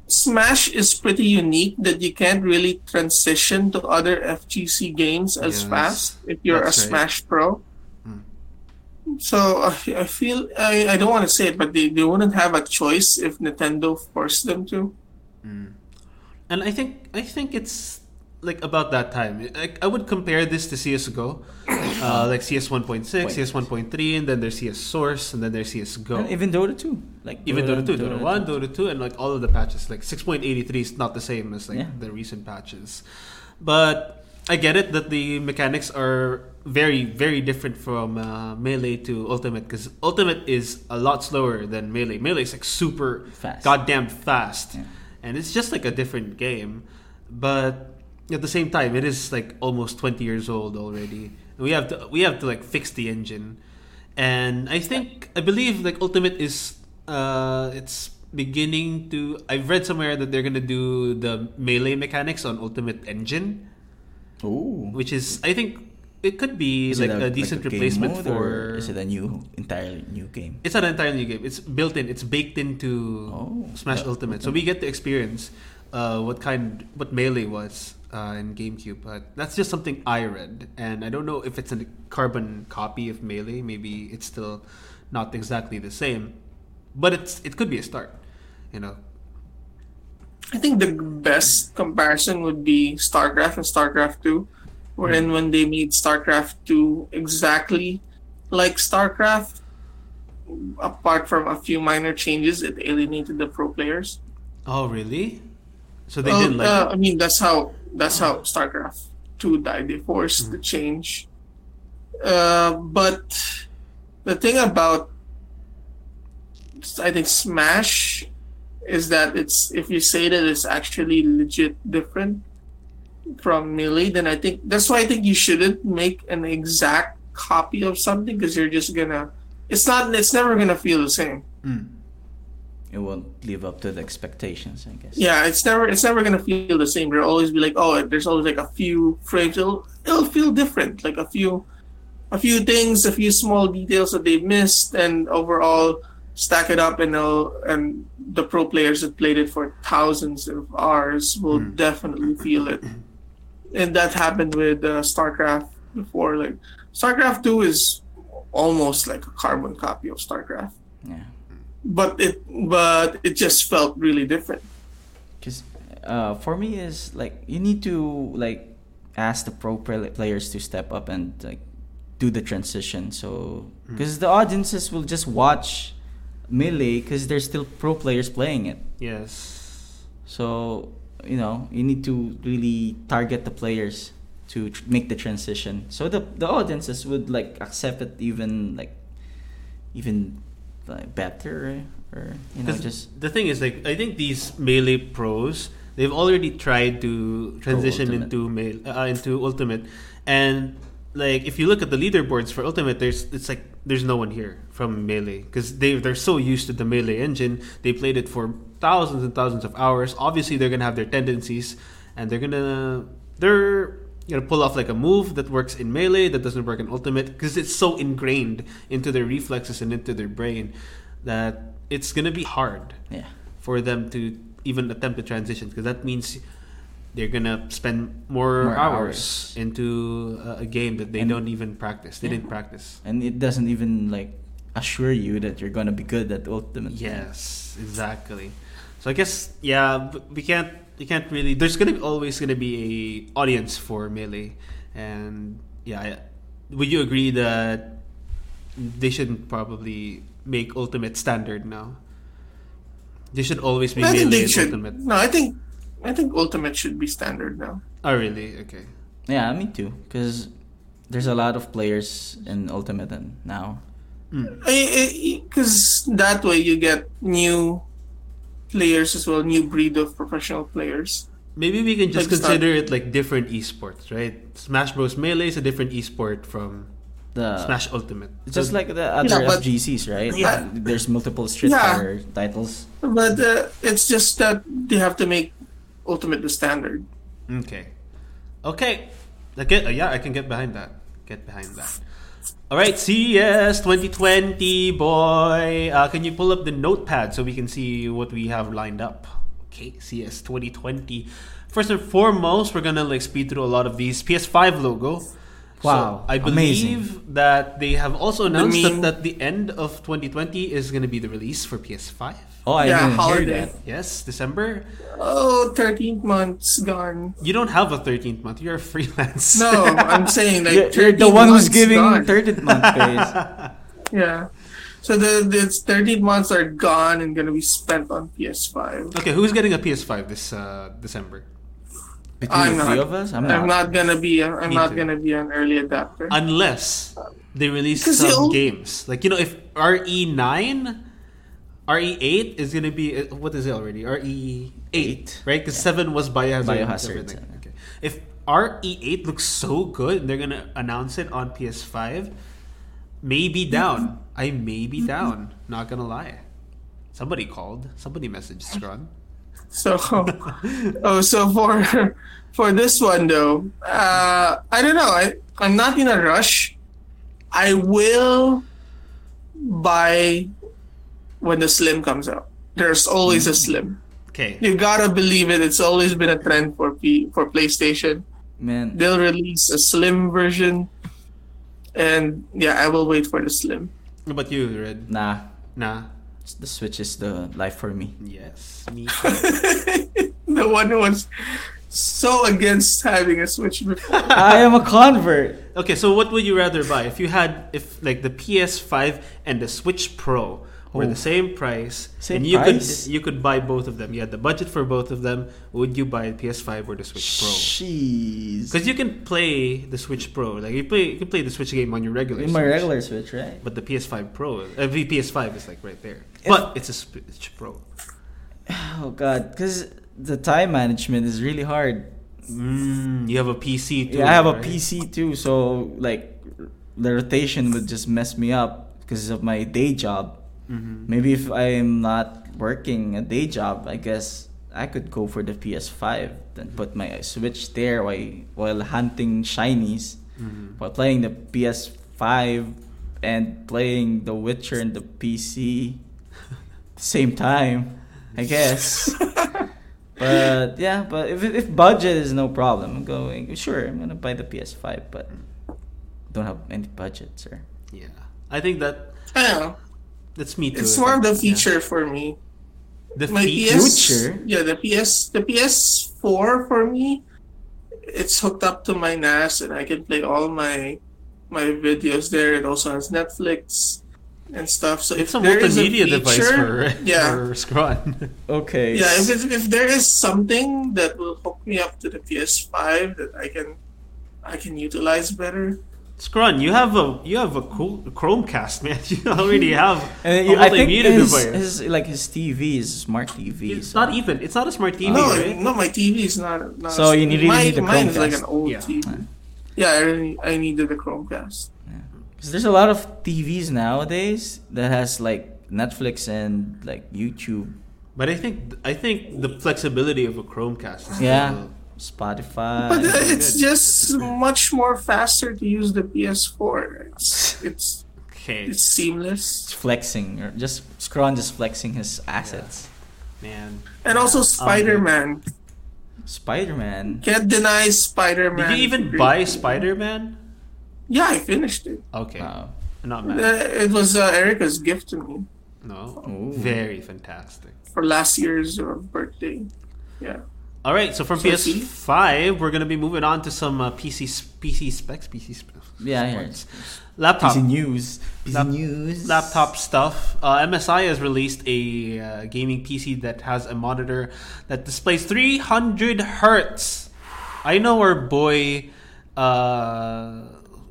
Smash is pretty unique that you can't really transition to other FGC games as
Yes,
fast if you're a
that's right. Hmm.
Smash pro. So I f- I feel I, I don't want to say it, but they, they wouldn't have a choice if Nintendo forced them to.
And I think I think it's like about that time. I, I would compare this to CS:GO, uh, like CS 1.6, CS 1.3, and then there's CS Source, and then there's CS:GO.
And even Dota 2. Like
even Dota 2, Dota, 1,
2.
Dota 2, and like all of the patches. Like 6.83 is not the same as like
Yeah.
the recent patches. But I get it that the mechanics are very, very different from uh, Melee to Ultimate because Ultimate is a lot slower than Melee. Melee is like super
Fast.
goddamn fast.
Yeah.
And it's just like a different game. But at the same time, it is like almost 20 years old already. And we have to we have to like fix the engine. And I think I believe like Ultimate is uh it's beginning to I've read somewhere that they're going to do the melee mechanics on Ultimate Engine,
Ooh.
which is I think it could be
Is it
like a, decent
game
replacement
mode
for
Or is it a new, entirely new game?
it's not an entirely new game. It's built in. It's baked into
Oh.
Smash Ultimate, so we get to experience uh, what kind, what melee was uh, in GameCube. But that's just something I read, and I don't know if it's a carbon copy of melee. Maybe it's still not exactly the same, but it's it could be a start, you know.
I think the best comparison would be StarCraft and StarCraft 2, wherein when they made StarCraft 2 exactly like StarCraft, apart from a few minor changes, it alienated the pro players.
Oh, really? So they
Oh,
didn't like
uh,
it.
I mean, that's how that's how StarCraft two died. They forced the
Mm-hmm.
change. Uh, but the thing about I think Smash is that it's if you say that it's actually legit different from Melee, then I think that's why I think you shouldn't make an exact copy of something because you're just gonna. It's not. It's never gonna feel the same.
It won't live up to the expectations, I guess.
yeah it's never it's never gonna feel the same there'll always be like oh there's always like a few frames it'll, it'll feel different like a few a few things a few small details that they missed and overall stack it up and they'll and the pro players that played it for thousands of hours will definitely feel it and that happened with uh, starcraft before like starcraft 2 is almost like a carbon copy of starcraft
Yeah.
but it but it just felt really different
Because uh, for me is like you need to like ask the pro pla- players to step up and like do the transition. So because the audiences will just watch melee because there's still pro players playing it.
Yes.
So you know you need to really target the players to tr- make the transition. So the the audiences would like accept it even like even like, better or you know
'Cause
just
the thing is, like, I think these melee pros they've already tried to transition
Ultimate.
into male uh, into ultimate, and like if you look at the leaderboards for ultimate, there's it's like there's no one here from melee because they they're so used to the melee engine. They played it for thousands and thousands of hours. Obviously, they're gonna have their tendencies, and they're gonna they're gonna pull off like a move that works in melee that doesn't work in ultimate because it's so ingrained into their reflexes and into their brain that it's gonna be hard
yeah.
for them to even attempt to transition because that means they're gonna spend more,
More
hours,
hours.
into uh, a game that they
And-
don't even practice. They
Yeah.
didn't practice.
and it doesn't even like assure you that you're gonna be good at ultimate.
Yes, exactly. So I guess yeah, b- we can't we can't really. There's gonna be, always gonna be a audience for melee, and yeah, I, would you agree that they shouldn't probably make ultimate standard now? They should always be
I think
melee
they
and
should.
ultimate.
No, I think I think ultimate should be standard now.
Oh really? Okay.
Yeah, me too. Because there's a lot of players in ultimate and now.
Because that way you get new players as well, new breed of professional players.
Maybe we can just
Like start-
consider it like different esports, right? Smash Bros. Melee is a different esport from
The
Smash Ultimate.
just
So-
like the other
Yeah, but-
FGCs, right?
Yeah.
There's multiple Street
Yeah.
Fighter titles.
But uh, it's just that they have to make ultimate the standard.
Okay. Okay. I get- uh, yeah, I can get behind that. Get behind that. All right, E CES 2020, boy. Uh, can you pull up the notepad so we can see what we have lined up? Okay, E CES 2020. First and foremost, we're gonna like speed through a lot of these. PS5 logo.
Wow,
I
amazing.
believe that they have also announced
meme.
that, that the end of 2020 is gonna be the release for PS5.
Oh, I
Yeah,
didn't
holiday.
hear that.
Yes, December.
Oh, 13 months gone.
You don't have a 13th month. You're a [LAUGHS] freelance.
[LAUGHS]
No, I'm saying like
You're, you're
13
the one who's
months
giving
gone.
13th
[LAUGHS]
month praise.
yeah. So the, the 13 months are gone and gonna be spent on PS5.
Okay, who's getting a PS5 this uh, December?
Between
I'm
the
not-
three of us, I'm not.
I'm not gonna be. i I'm
Me
not
too.
gonna be an early adapter.
Unless they release
'Cause
some
they'll-
games, like you know, if E RE9, RE8 E is gonna be uh, what is it already? RE8,
Eight.
right? Because seven was Biohazard.
Biohazard,
everything.
yeah.
Okay. If RE8 looks so good, they're gonna announce it on PS5. Maybe down. I may be down. Not gonna lie. Somebody called. Somebody messaged Scron.
So, [LAUGHS] oh, so for [LAUGHS] for this one though, uh, I don't know. I I'm not in a rush. I will buy when the slim comes out. There's always a slim.
Okay.
You gotta believe it. It's always been a trend for P for PlayStation.
Man,
They'll release a slim version, and yeah, I will wait for the slim.
What about you, Red?
nah.
Nah.
The Switch is the life for me.
Yes. Me.
[LAUGHS] the one who was so against having a Switch
[LAUGHS]
before.
[LAUGHS] I am a convert.
Okay, so what would you rather buy if you had if like the PS5 and the Switch Pro were the same price
Same
and you
price?
could you could buy both of them. You had the budget for both of them. Would you buy the PS5 or the Switch Pro?
Jeez.
Because you can play the Switch Pro, like you play you can play the Switch game on your regular.
In my
Switch.
regular Switch, right?
But the PS5 Pro, uh, the PS5 is like right there. But it's a Switch Pro.
Oh god, because the time management is really hard.
Mm, you have a PC too.
Yeah, I have a
right?
PC too, so like the rotation would just mess me up because of my day job.
Mm-hmm.
Maybe if I'm not working a day job, I guess I could go for the PS5 then put my Switch there while while hunting shinies, while playing the PS5 and playing The Witcher and the PC same time, I guess. But yeah, but if if budget is no problem, I'm going. Sure, I'm gonna buy the PS5, but don't have any budget, sir.
Yeah, I think that
I don't know.
that's me too.
It's more of the
Yeah.
feature for me.
The
My
feature.
PS,
future?
yeah, the PS, the PS4 for me, it's hooked up to my NAS and I can play all my my videos there. It also has Netflix and stuff. So
It's a
if there is
multimedia
feature,
device for
yeah,
[LAUGHS] for Scron.
Okay.
Yeah, if, it's, if there is something that will hook me up to the PS5 that I can I can utilize better.
Scron, you have a you have a cool Chromecast, man. [LAUGHS] You already have
and
a
you, I think
multimedia
his,
device.
his like his TV is smart TV.
it's
so-
not e- even. It's not a smart TV,
no,
right?
no, my TV is not. not
So you need- really
my,
need the
mine is like an
Chromecast.
old
Yeah.
TV. Yeah, I really I needed the Chromecast.
'Cause there's a lot of TVs nowadays that has like Netflix and like YouTube.
But I think I think the flexibility of a Chromecast. Is
Yeah.
still-
Spotify.
But uh, it's just much more faster to use the PS4. It's it's,
okay,
it's seamless
It's flexing or just Scron just flexing his assets.
man.
and also Spider Man.
Spider Man.
Can't deny Spider Man.
Did you even buy Spider Man?
Yeah, I finished it.
Okay,
Wow.
not
Uh,
mad.
it was uh, Erica's gift to me.
No,
Ooh.
very fantastic.
for last year's uh, birthday. Yeah.
All right, so from
So
PS5, we're gonna be moving on to some uh, PC s- PC specs, PC specs,
Yeah, yeah.
specs. laptop
PC news. PC
Lap-
news.
laptop stuff. Uh, MSI has released a uh, gaming PC that has a monitor that displays 300 hertz. I know our boy, uh,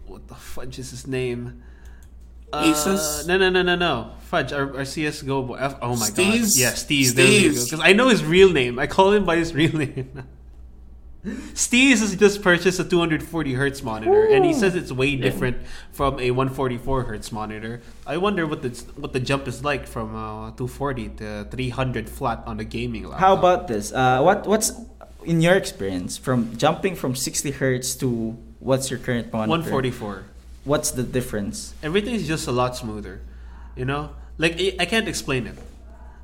what the fudge is his name? Uh,
Asus?
No, no, no, no, no. Fudge, our, our CSGO boy. F- Oh my
Steez?
god. Yeah, Steve. There you go.
Steez.
Because I know his real name. I call him by his [LAUGHS] real name. Steez has just purchased a 240 hertz monitor, and he says it's way different from a 144 hertz monitor. I wonder what the what the jump is like from uh, 240 to 300 flat on a gaming laptop.
How about this? Uh, what what's in your experience from jumping from 60 hertz to what's your current monitor?
144?
What's the difference?
Everything's just a lot smoother, you know. Like I, I can't explain it.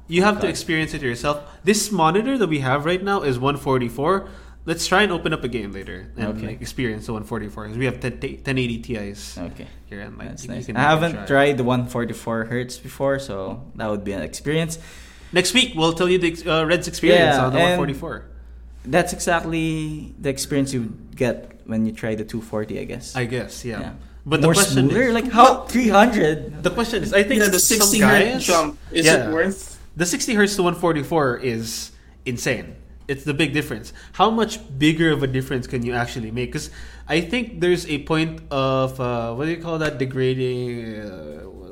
You have to
Okay.
experience it yourself. This monitor that we have right now is 144. Let's try and open up a game later and
Okay.
like, experience the 144 because we have 10, 1080 Ti's
Okay.
here and like
That's
you- you
nice.
can give it
I
a
haven't
try.
tried the 144 hertz before, so that would be an experience.
Next week, we'll tell you the ex- uh, Reds experience
Yeah,
on the
and-
144.
That's exactly the experience you get when you try the 240, I guess.
I guess, yeah.
Yeah.
But
More
the question
smoother?
is,
like how 300?
the question is, I think
Yeah, the
some
60 hertz
guys-
jump. Is
yeah,
it worth?
the 60 hertz to 144 is insane. It's the big difference. How much bigger of a difference can you actually make? Because I think there's a point of uh, what do you call that degrading? Uh,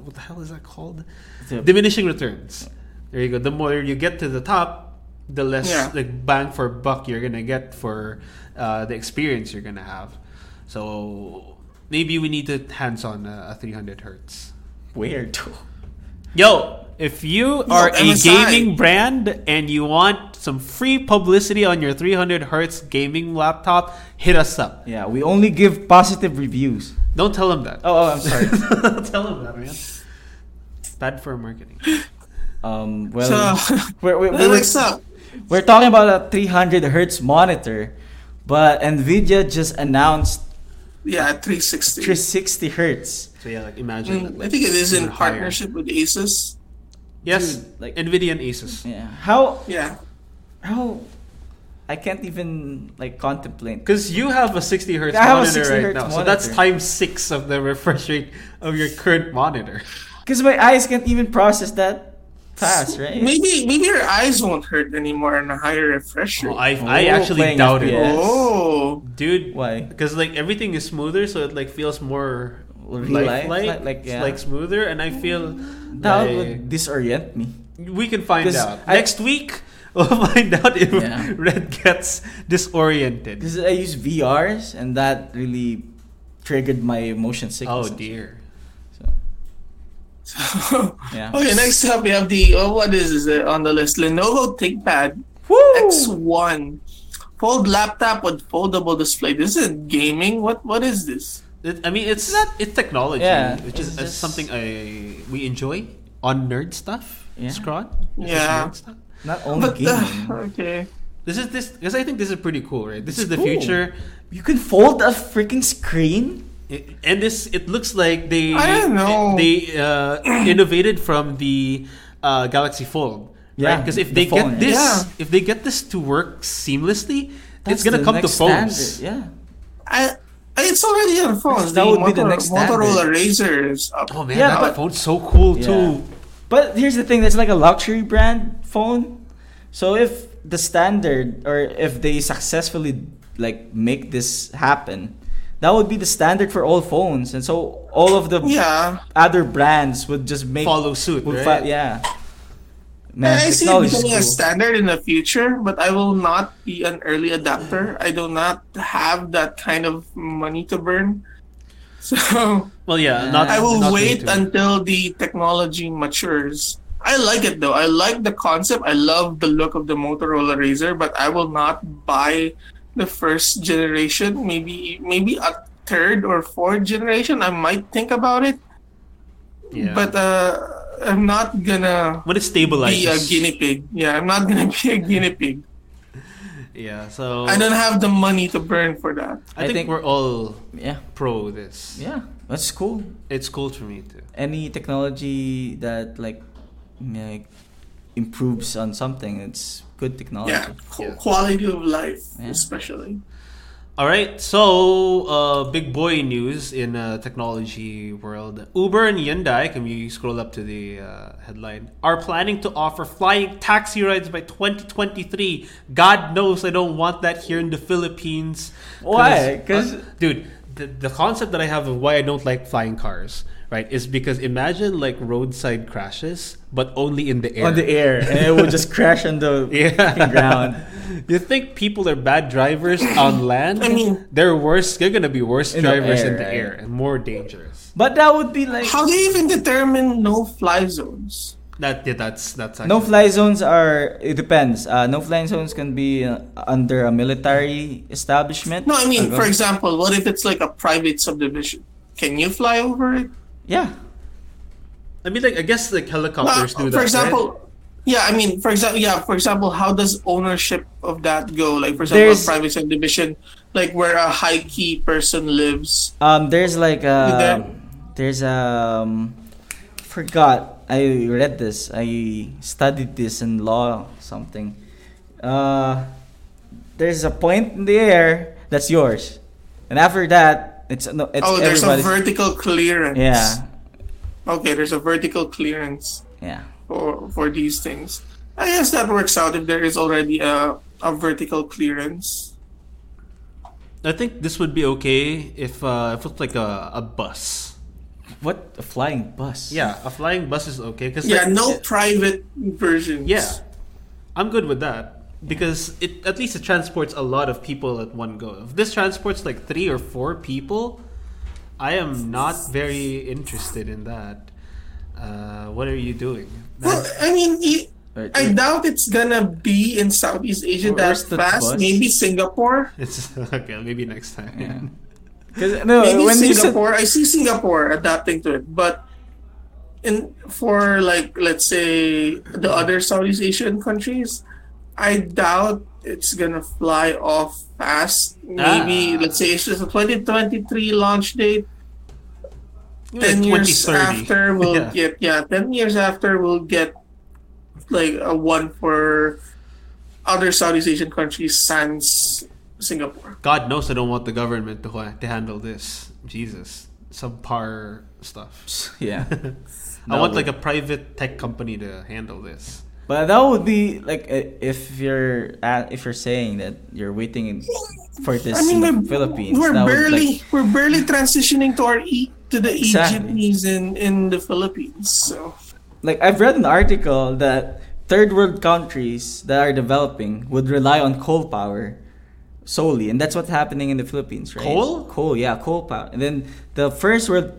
what the hell is that called?
The-
Diminishing returns. There you go. The more you get to the top, the less
Yeah.
like bang for buck you're gonna get for uh, the experience you're gonna have. So maybe we need to hands on a, a 300 hertz.
Where to?
Yo, if you are a
MSI.
gaming brand and you want some free publicity on your 300 hertz gaming laptop, hit us up.
Yeah, we only give positive reviews.
Don't tell them that. [LAUGHS]
Oh, oh I'm sorry.
Don't tell them that, man. Bad for marketing.
um, well,
so,
we're, we're, we're,
Alexa,
We're talking about a 300 hertz monitor, but Nvidia just announced
yeah, 360.
360 hertz.
So yeah, like imagine.
Mm,
that,
I think it is in
even higher.
partnership with Asus.
Yes,
Dude, like-
Nvidia and Asus.
Yeah. How
Yeah.
how I can't even like contemplate.
Because you have a 60 hertz
I have a
monitor
60
right
hertz
now, so
monitor.
that's times six of the refresh rate of your current monitor.
Because my eyes can't even process that
[LAUGHS]
fast, right?
Maybe maybe your eyes won't hurt anymore on a higher refresh rate.
Oh, I, I
Oh,
actually
playing
doubt
FPS.
it,
Oh,
dude.
Why?
Because like everything is smoother, so it like feels more
Real
life,
life? Like- like, yeah.
like smoother, and I feel
That
like-
would disorient me.
We can find
'Cause
out
I-
next week. [LAUGHS] We'll find out if
Yeah.
[LAUGHS] Red gets disoriented.
Because I use VRs and that really triggered my motion
Oh
sickness.
dear.
So, yeah.
[LAUGHS] okay, next up we have the oh, what is is it on the list? Lenovo ThinkPad X1 fold laptop with foldable display. This isn't gaming. What what is this?
It, I mean, it's it's technology,
Yeah,
which is
it's
it's
just-
something I we enjoy on nerd stuff.
Yeah.
Scrod. This is
Yeah.
nerd stuff.
Not only
But uh,
gaming.
[LAUGHS] okay,
This is this because I think this is pretty cool, right? This is
It's
the
cool.
future,
You can fold a freaking screen?
It- and this it looks like they
I don't know.
they, they, uh,
[CLEARS THROAT]
innovated from the uh, Galaxy Fold,
Yeah,
Because if
the
they get
phone,
this,
yeah.
if they get this to work seamlessly,
That's
it's gonna
the
come to
next
phones.
Standard.
I. It's already on phones.
That
the
would be the next standard.
Motorola Razr is up.
Oh man,
Yeah,
that
but-
phone's so cool
Yeah.
too.
Yeah. But here's the thing, that's like a luxury brand phone. So if the standard or if they successfully like make this happen, that would be the standard for all phones. And so all of the
Yeah,
other brands would just make
Follow suit,
would
right?
fa- yeah.
And
Man,
I see it
technology is
becoming
cool.
a standard in the future, but I will not be an early adapter. I do not have that kind of money to burn. [LAUGHS] So
Well, yeah,
Yeah.
not.
I will
not me
wait
too.
until the technology matures. I like it though. I like the concept. I love the look of the Motorola Razr, but I will not buy the first generation. Maybe maybe a third or fourth generation. I might think about it,
Yeah.
but uh, I'm not gonna
when it stabilizes,
be a guinea pig. Yeah, I'm not gonna [LAUGHS] be a guinea pig.
yeah. So
I don't have the money to burn for that.
I
I
think,
think-
we're all
Yeah.
pro this.
Yeah. That's cool.
It's cool for me too.
Any technology that like, like improves on something, it's good technology.
Yeah,
Yeah.
qu- quality of life,
Oh, Yeah.
especially.
All right, so uh, big boy news in uh, technology world. Uber and Hyundai, can you scroll up to the uh, headline? Are planning to offer flying taxi rides by 2023. God knows I don't want that here in the Philippines.
Why? 'Cause-
uh, dude, the, the concept that I have of why I don't like flying cars, right, is because imagine like roadside crashes, but only in the air.
On the air, and it will just crash on [LAUGHS] the
Yeah.
freaking ground.
[LAUGHS] You think people are bad
[CLEARS THROAT]
drivers on land?
I mean-
they're worse. They're gonna be worse
In the
drivers in
air,
the
right?
air and more dangerous.
But that would be like
How do you even determine no fly zones?
That yeah, that's that's actually,
no fly zones are. It depends. Uh, no fly zones can be uh, under a military establishment.
No, I mean,
Uh,
for example, what if it's like a private subdivision? Can you fly over it?
yeah,
I mean, like I guess like
Well,
helicopters do that.
Uh, for
right?
example, yeah, I mean, for example, yeah, for example, how does ownership of that go? Like, for example,
There's-
a private subdivision, like where a high key person lives.
Um, there's like
that-
a there's um forgot I read this I studied this in law something. Uh, there's a point in the air that's yours, and after that it's no it's
oh, there's a
everybody's
vertical clearance.
yeah
Okay, there's a vertical clearance.
yeah
for for these things. I guess that works out if there is already a, a vertical clearance.
I think this would be okay if uh, if it's like a, a bus.
what a flying bus
Yeah, a flying bus is okay because
Yeah, no private versions.
yeah, I'm good with that because it at least it transports a lot of people at one go. If this transports like three or four people, I am not very interested in that. Uh, what are you doing?
Well, I mean, e-
Right,
I
right.
doubt it's gonna be in Southeast Asia
Where's
that
the
fast.
bus?
Maybe Singapore.
[LAUGHS] It's [LAUGHS] okay. Maybe next time.
Yeah. 'Cause, no,
Maybe
when you said-
Singapore. I see Singapore adapting to it, but in for like let's say the other Southeast Asian countries, I doubt it's gonna fly off fast. Maybe
Ah.
let's say it's just a 2023 launch date. Ten
Like
years
2030. [LAUGHS]
after we'll
Yeah.
get yeah. Ten years after we'll get like a one for other Southeast Asian countries sans Singapore.
God knows I don't want the government to, ha- to handle this. Jesus. Subpar stuff. [LAUGHS]
Yeah.
I
No
want
way.
like a private tech company to handle this.
But that would be like uh, if you're at, if you're saying that you're waiting in, for this in the Philippines.
we're
that would,
barely
like,
we're barely transitioning to our e to the
Exactly.
Egyptians in in the Philippines. So
like I've read an article that third world countries that are developing would rely on coal power solely, and that's what's happening in the Philippines, right?
Coal?
coal, yeah, coal power. And then the first world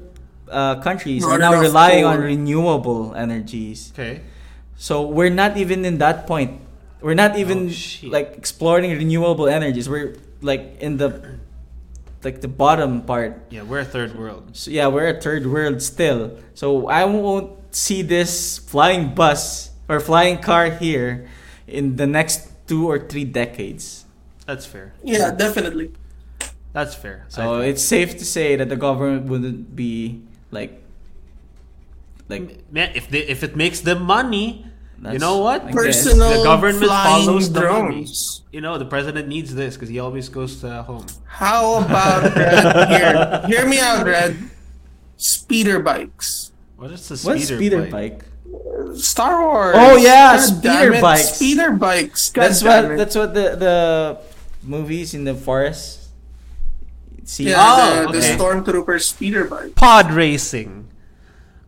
uh, countries are
Not
now
enough
relying on
coal.
renewable energies.
Okay.
So we're not even in that point. We're not
Oh,
even
shit.
like exploring renewable energies. We're like in the like the bottom part.
Yeah, we're a third world.
So yeah, we're a third world still. So I won't see this flying bus or flying car here in the next two or three decades.
That's fair.
yeah, definitely.
That's fair.
So
I-
it's safe to say that the government wouldn't be like like
man, if they, if it makes them money, you
That's-
know what?
I guess.
Personal
The government
flying
follows the money.
drones.
You know, the president needs this because he always goes to home.
How about Red? Here, hear me out, Red. Speeder bikes.
What is the speeder,
what's speeder
bike?
bike?
Star Wars.
Oh, yeah,
God
speeder
damn it,
bikes.
Speeder bikes. God
that's
damn
what
it.
that's what the the movies in the forest see
Yeah,
Oh,
the, the
okay.
stormtrooper speeder bike.
Pod racing.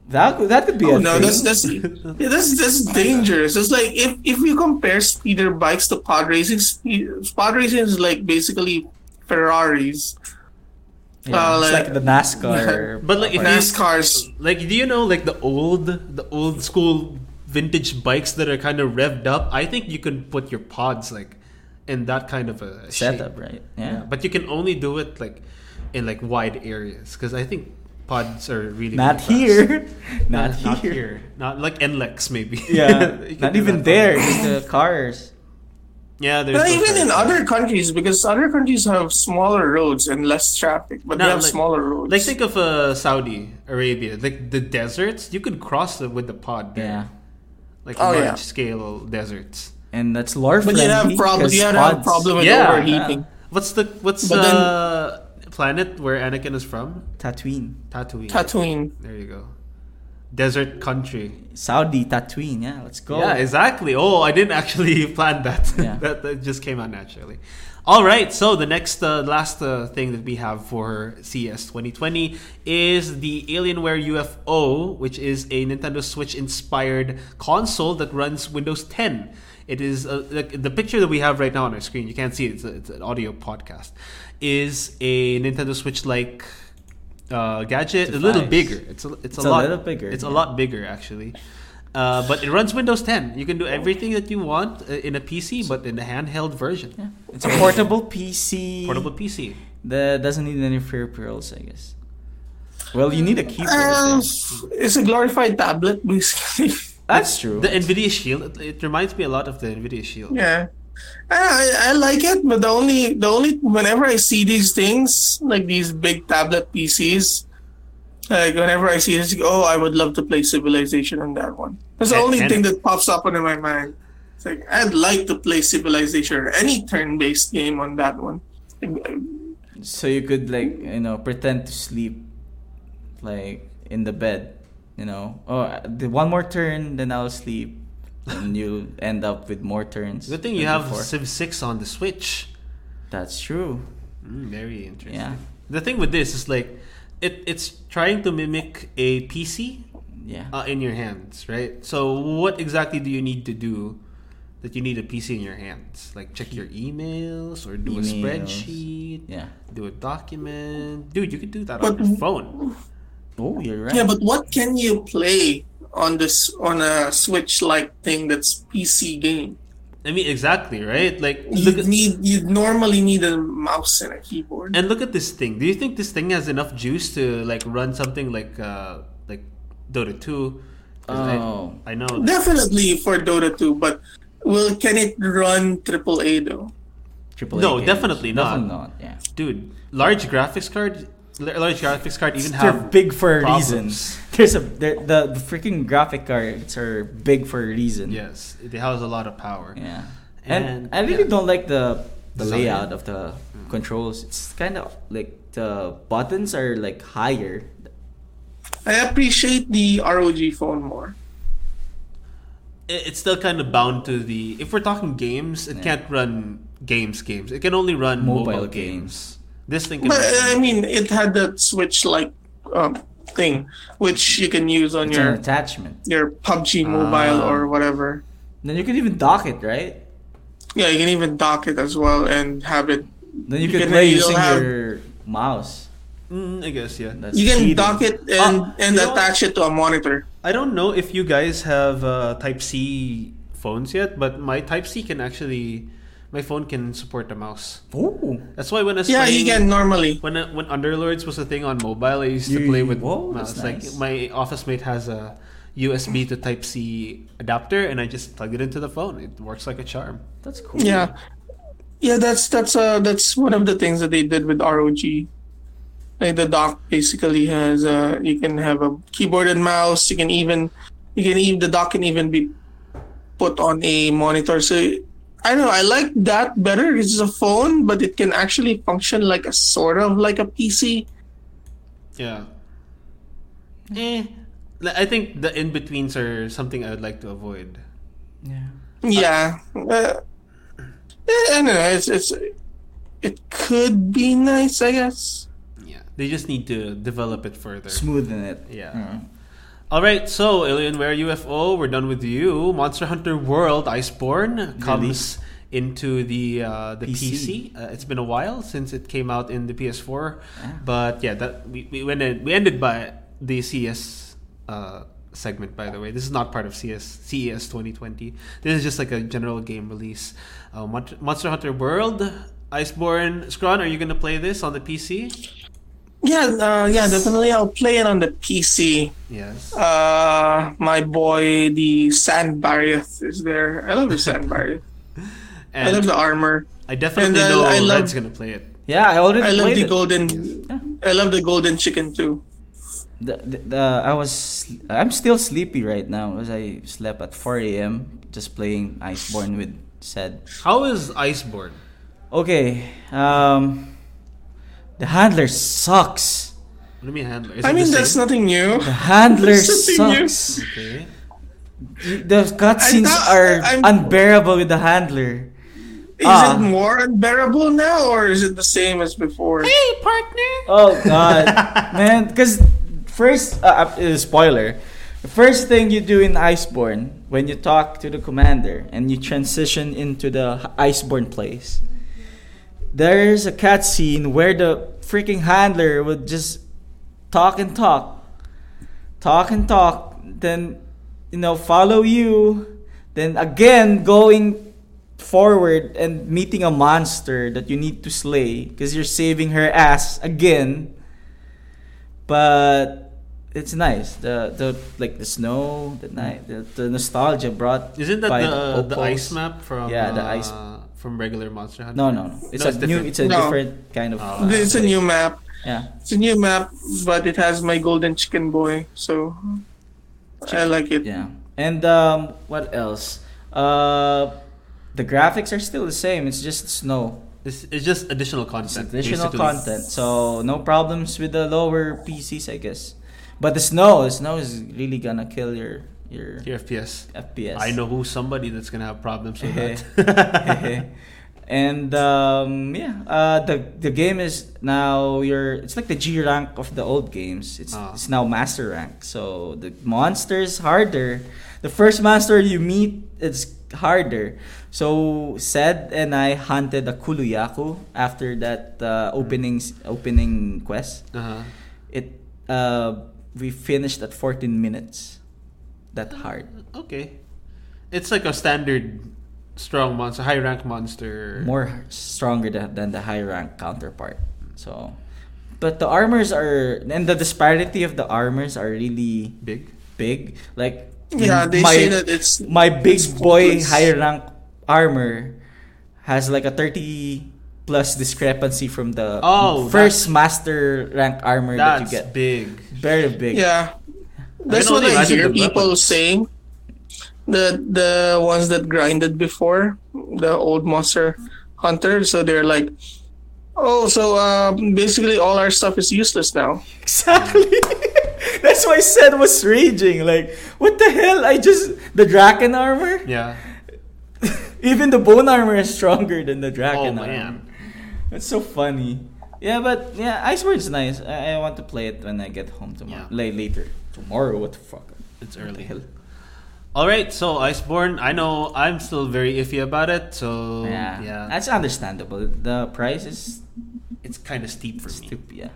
that could- that could be
Oh
a
no,
thing.
that's that's yeah, that's that's dangerous. It's like if if you compare speeder bikes to pod racing, spe- pod racing is like basically Ferraris,
Yeah,
uh,
it's
like-
like the NASCAR
But, like, if
part.
you-
NASCARs.
Like, do you know like the old the old school vintage bikes that are kind of revved up? I think you can put your pods like in that kind of a shape.
setup right yeah,
But you can only do it like in like wide areas because I think pods are really
not,
really fast.
here. [LAUGHS] not here
[LAUGHS] not Not like NLEX maybe.
yeah
[LAUGHS] You can
not
do
even
that
there
on-
just the cars
Yeah, there's
But
no
even in
cars.
other countries, because other countries have smaller roads and less traffic, but
No,
they have
like-
smaller roads.
Like think of uh, Saudi Arabia, like the deserts. You could cross it with the pod there,
yeah
like
Oh,
large
yeah.
scale deserts.
and that's lore
but you have problem. You have problem with
Yeah.
overheating.
What's the what's
But
the
then-
planet where Anakin is from?
Tatooine
Tatooine.
Tatooine.
there you go. Desert country.
Saudi Tatooine yeah let's go
Yeah, exactly. Oh, I didn't actually [LAUGHS] plan that.
Yeah.
that. That just came out naturally. All right. So the next, uh, last uh, thing that we have for CS 2020 is the Alienware UFO, which is a Nintendo Switch-inspired console that runs Windows 10. It is uh, like the picture that we have right now on our screen. You can't see it. It's, a, it's an audio podcast. Is a Nintendo Switch-like uh, gadget, a little
Device.
bigger. It's a, it's,
It's
a,
a
lot
little bigger,
It's a
yeah.
lot bigger actually. Uh, but it runs Windows 10. You can do
Oh.
everything that you want uh, in a PC, but in a handheld version,
Yeah. it's a portable PC
portable PC.
that doesn't need any peripherals I guess well you need a keyboard
Uh,
Um,
there.
it's a glorified tablet, basically. [LAUGHS]
that's true
The Nvidia Shield. It, it reminds me a lot of the Nvidia Shield.
Yeah. I, I like it, but the only the only whenever I see these things like these big tablet PCs, like whenever I see this, oh, I would love to play Civilization on that one. That's the
And-
only
and-
thing that pops up into my mind. It's like I'd like to play Civilization or any turn-based game on that one.
So you could like you know pretend to sleep, like in the bed, you know. Oh, the one more turn, then I'll sleep, and you end up with more turns.
Good thing you
than
have
before.
Civ 6 on the Switch.
That's true.
Mm, very interesting.
Yeah.
The thing with this is like, it, it's trying to mimic a PC
Yeah.
uh, in your hands, right? So what exactly do you need to do that you need a PC in your hands? Like check your emails or do a
Emails.
spreadsheet?
yeah.
do a document. Dude, you can do that
But-
on your phone.
Oh, you're right.
Yeah, but what can you play on this on a Switch-like thing that's PC game?
I mean, exactly, right? Like,
You
look at,
need you normally need a mouse and a keyboard.
and look at this thing. Do you think this thing has enough juice to like run something like uh like Dota 2? 'Cause
Oh.
I, I know.
Definitely for Dota 2, but will can it run AAA though?
Triple A
No,
games.
definitely not.
Definitely not. Yeah.
Dude, large graphics card, la- large graphics card even
They're
have
big for a reason.
problems.
There's a there- the the freaking graphic cards are big for a reason.
Yes, it has a lot of power.
Yeah.
And-
And, I really
yeah.
don't like the the
Design.
layout of the
Mm.
controls. It's kind of like the buttons are like higher.
I appreciate the ROG phone more.
it- it's still kind of bound to the if we're talking games it
Yeah.
can't run games games it can only run mobile,
Mobile
games. this thing can
But uh,
run-
I mean, it had that switch like um, thing, which you can use on
It's
your
an attachment.
your PUBG mobile
Ah.
or whatever.
Then you can even dock it, right?
Yeah, you can even dock it as well and have it.
Then you,
You
can,
can-
play
you'll
using
have-
your mouse.
Mm, i guess yeah
That's
You can
cheating.
dock it and
Ah, you
and
know-
attach it to a monitor.
i don't know if you guys have uh, type c phones yet but my type c can actually my phone can support the mouse
Ooh.
that's why when i was
Yeah,
playing,
you can normally.
when when Underlords was a thing on mobile, I used to
You-
play with
whoa,
mouse.
that's
Like
nice.
my office mate has a USB to Type C adapter, and I just plug it into the phone. It works like a charm.
That's cool.
Yeah, yeah. That's that's uh that's one of the things that they did with ROG. Like the dock basically has uh you can have a keyboard and mouse. You can even you can even the dock can even be put on a monitor. So I don't know. I like that better. It's just a phone, but it can actually function like a sort of like a PC.
Yeah. Eh. Like, I think the in betweens are something I would like to avoid.
Yeah.
Yeah. Uh, eh, I don't know. It's it's it could be nice, I guess.
Yeah. They just need to develop it further.
Smoothing it.
Yeah.
Mm.
All right, so Alienware UFO, we're done with you. Monster Hunter World Iceborne comes into the uh, the PC.
PC.
Uh, it's been a while since it came out in the PS4,
Ah.
but yeah, that we we, went in, we ended by the CS uh, segment. By the way, this is not part of E CS CES 2020. This is just like a general game release. Uh, Mon- Monster Hunter World Iceborne. Scron, are you gonna play this on the PC?
Yeah, uh, yeah, definitely. I'll play it on the PC.
Yes.
Uh, my boy, the Sand Barrios is there. I love the Sand Barrios. I love
And
the armor.
I definitely
and I-
know
I love-
Red's gonna play it.
Yeah, I already
I love
played
the
it.
golden.
Yeah.
I love the golden chicken too.
The, the, the- I was I'm still sleepy right now because I slept at 4 a.m. just playing Iceborne with said.
How is Iceborne?
Okay, um, the handler sucks.
What do you mean handler? Is
I
it
mean,
the
that's
same? Ah.
nothing
[LAUGHS]
new.
The handler
Something new.
sucks.
Okay.
The cutscenes
thought-
are
I'm-
unbearable with the handler.
Is
Ah.
it more unbearable now, or is it the same as before?
Hey, partner.
[LAUGHS] Oh
[LAUGHS]
god, man! Because first, uh, uh, spoiler. The first thing you do in Iceborne when you talk to the commander and you transition into the Iceborne place, there's a cutscene where the freaking handler would just talk and talk, talk and talk, then you know follow you, then again going forward and meeting a monster that you need to slay because you're saving her ass again. But it's nice the the like the snow, the night, the, the nostalgia brought.
Isn't that
by
the, uh, the
Opals.
ice map from
Yeah, the
uh,
ice-
from regular Monster Hunter?
No, no, no. It's
No,
a
it's
new.
different.
It's a
No.
different kind of.
Oh.
It's a new map.
Yeah.
It's a new map, but it has my golden chicken boy, so I like it.
Yeah. And um, what else? Uh, the graphics are still the same. It's just snow.
It's, it's just additional content.
It's additional
basically.
content. So no problems with the lower PCs, I guess. But the snow, the snow is really gonna kill your your
Your FPS.
FPS.
I know who somebody that's gonna have problems with
[LAUGHS]
[LAUGHS] that.
and um, yeah, uh, the the game is now your it's like the G rank of the old games. It's
Ah.
it's now master rank. So the monsters harder. The first monster you meet it's harder. So said and I hunted a Kuluyaku after that uh, opening opening quest.
uh-huh.
It uh, we finished at 14 minutes. That hard.
Okay. It's like a standard strong monster, high rank monster.
more stronger than, than the high rank counterpart. So, but the armors are and the disparity of the armors are really
big.
big. Like
Yeah, they
my,
say that it's
my big
it's-
boy
it's-
high rank armor has like a thirty plus discrepancy from the
Oh,
first master rank armor that you
That's
get.
big.
Very big.
Yeah, that's
can
what
only
I
imagine
hear
the
people
weapons.
saying. the the ones that grinded before the old monster hunter. So they're like, oh, so uh, basically all our stuff is useless now. [CLEARS THROAT]
Exactly. [LAUGHS] That's why Seth was raging. Like, what the hell? I just the dragon armor.
Yeah.
[LAUGHS] Even the bone armor is stronger than the dragon
Oh
armor.
man.
That's so funny. Yeah, but yeah, Icebird's nice. I, I want to play it when I get home tomorrow.
Yeah.
Like later. Tomorrow, what the fuck?
It's
What the
early.
hell?
All right, so Iceborne, I know I'm still very iffy about it, so
yeah.
Oh, yeah,
That's understandable. The price is
it's kind of steep for me.
stupid. Yeah.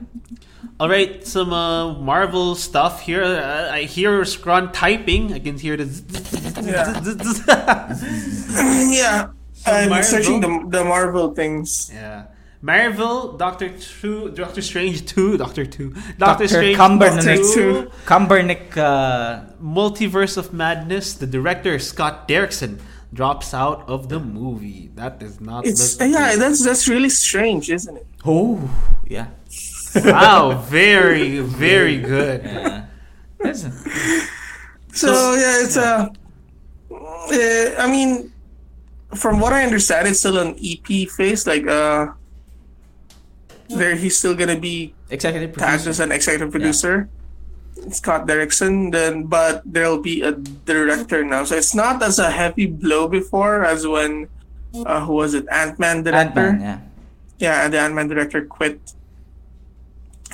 All right, some uh, Marvel stuff here. Uh, I hear Scron typing. I can hear the. zzz-
Yeah.
[LAUGHS] zzz- zzz-
yeah. I'm
Marvel?
searching the, the Marvel things.
[LAUGHS] yeah. Marvel, Doctor Two, Doctor Strange Two, Doctor Two, Doctor,
Dr.
Strange
Cumbernick.
Two,
Cumbernick. Uh,
Multiverse of Madness. The director Scott Derrickson drops out of the movie. That does not.
It's
look
yeah,
good.
that's that's really strange, isn't it?
oh, yeah.
[LAUGHS]
[LAUGHS]
wow, very, very good.
Yeah. Uh, That's,
So yeah, it's a. Uh, I mean, from what I understand, it's still an EP phase. Like uh, there he's still gonna be
executive
tagged
producer.
as an executive producer, Scott Derrickson. Then, but there'll be a director now. So it's not as a heavy blow before as when, uh, who was it? Ant Man director.
Ant-Man, yeah.
yeah, and the Ant Man director quit.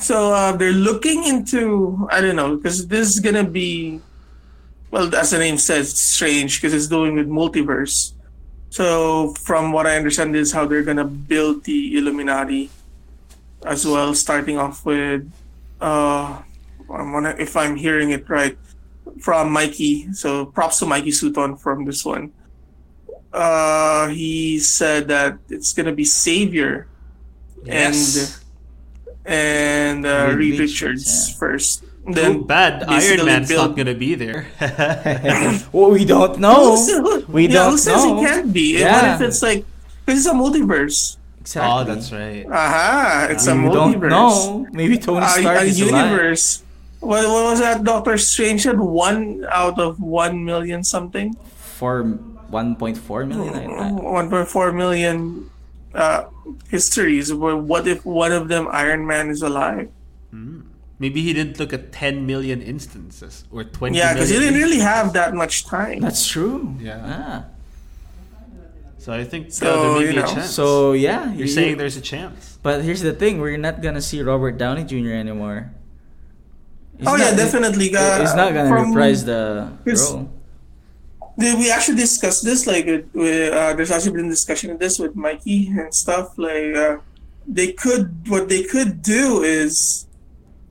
So uh, they're looking into I don't know because this is gonna be, well, as the name says, it's strange because it's doing with multiverse. So from what I understand is how they're gonna build the Illuminati, as well, starting off with, uh, I'm gonna, if I'm hearing it right, from Mikey. So props to Mikey Sutton from this one uh, he said that it's gonna be Savior
Yes.
and uh,
Reed
Reed
Richards,
Richards,
yeah.
first.
Too bad Iron
basically
Man's
build-
not gonna be
[LAUGHS]
there.
[LAUGHS] well, we don't
Who
know.
[LAUGHS] Oh,
sa- who-
we
yeah,
don't
who says
know.
it can't be?
Yeah.
What if it's like this is a multiverse?
Exactly.
oh, that's right.
Aha! It's a
We don't
multiverse.
know. Maybe Tony
A,
Stark
a
is alive.
universe. What, what was that? Doctor Strange said one out of one million something,
For 1.4 million, I- I-
one point four million uh, histories. Where what if one of them Iron Man is alive?
Maybe he didn't look at 10 million instances or 20
Yeah, because you
million
didn't really have that much time.
That's true.
Yeah. instances. So I think uh,
So,
there may
you
be a
know.
Ah.
chance.
So yeah,
you're saying there's a chance.
But here's the thing: we're not gonna see Robert Downey Jr. anymore. He's
oh yeah,
not-
definitely. Uh,
He's not gonna
from-
reprise the
He's-
role.
Did we actually discuss this? Like, with, with, uh, there's actually been discussion of this with Mikey and stuff. Like, uh, they could what they could do is,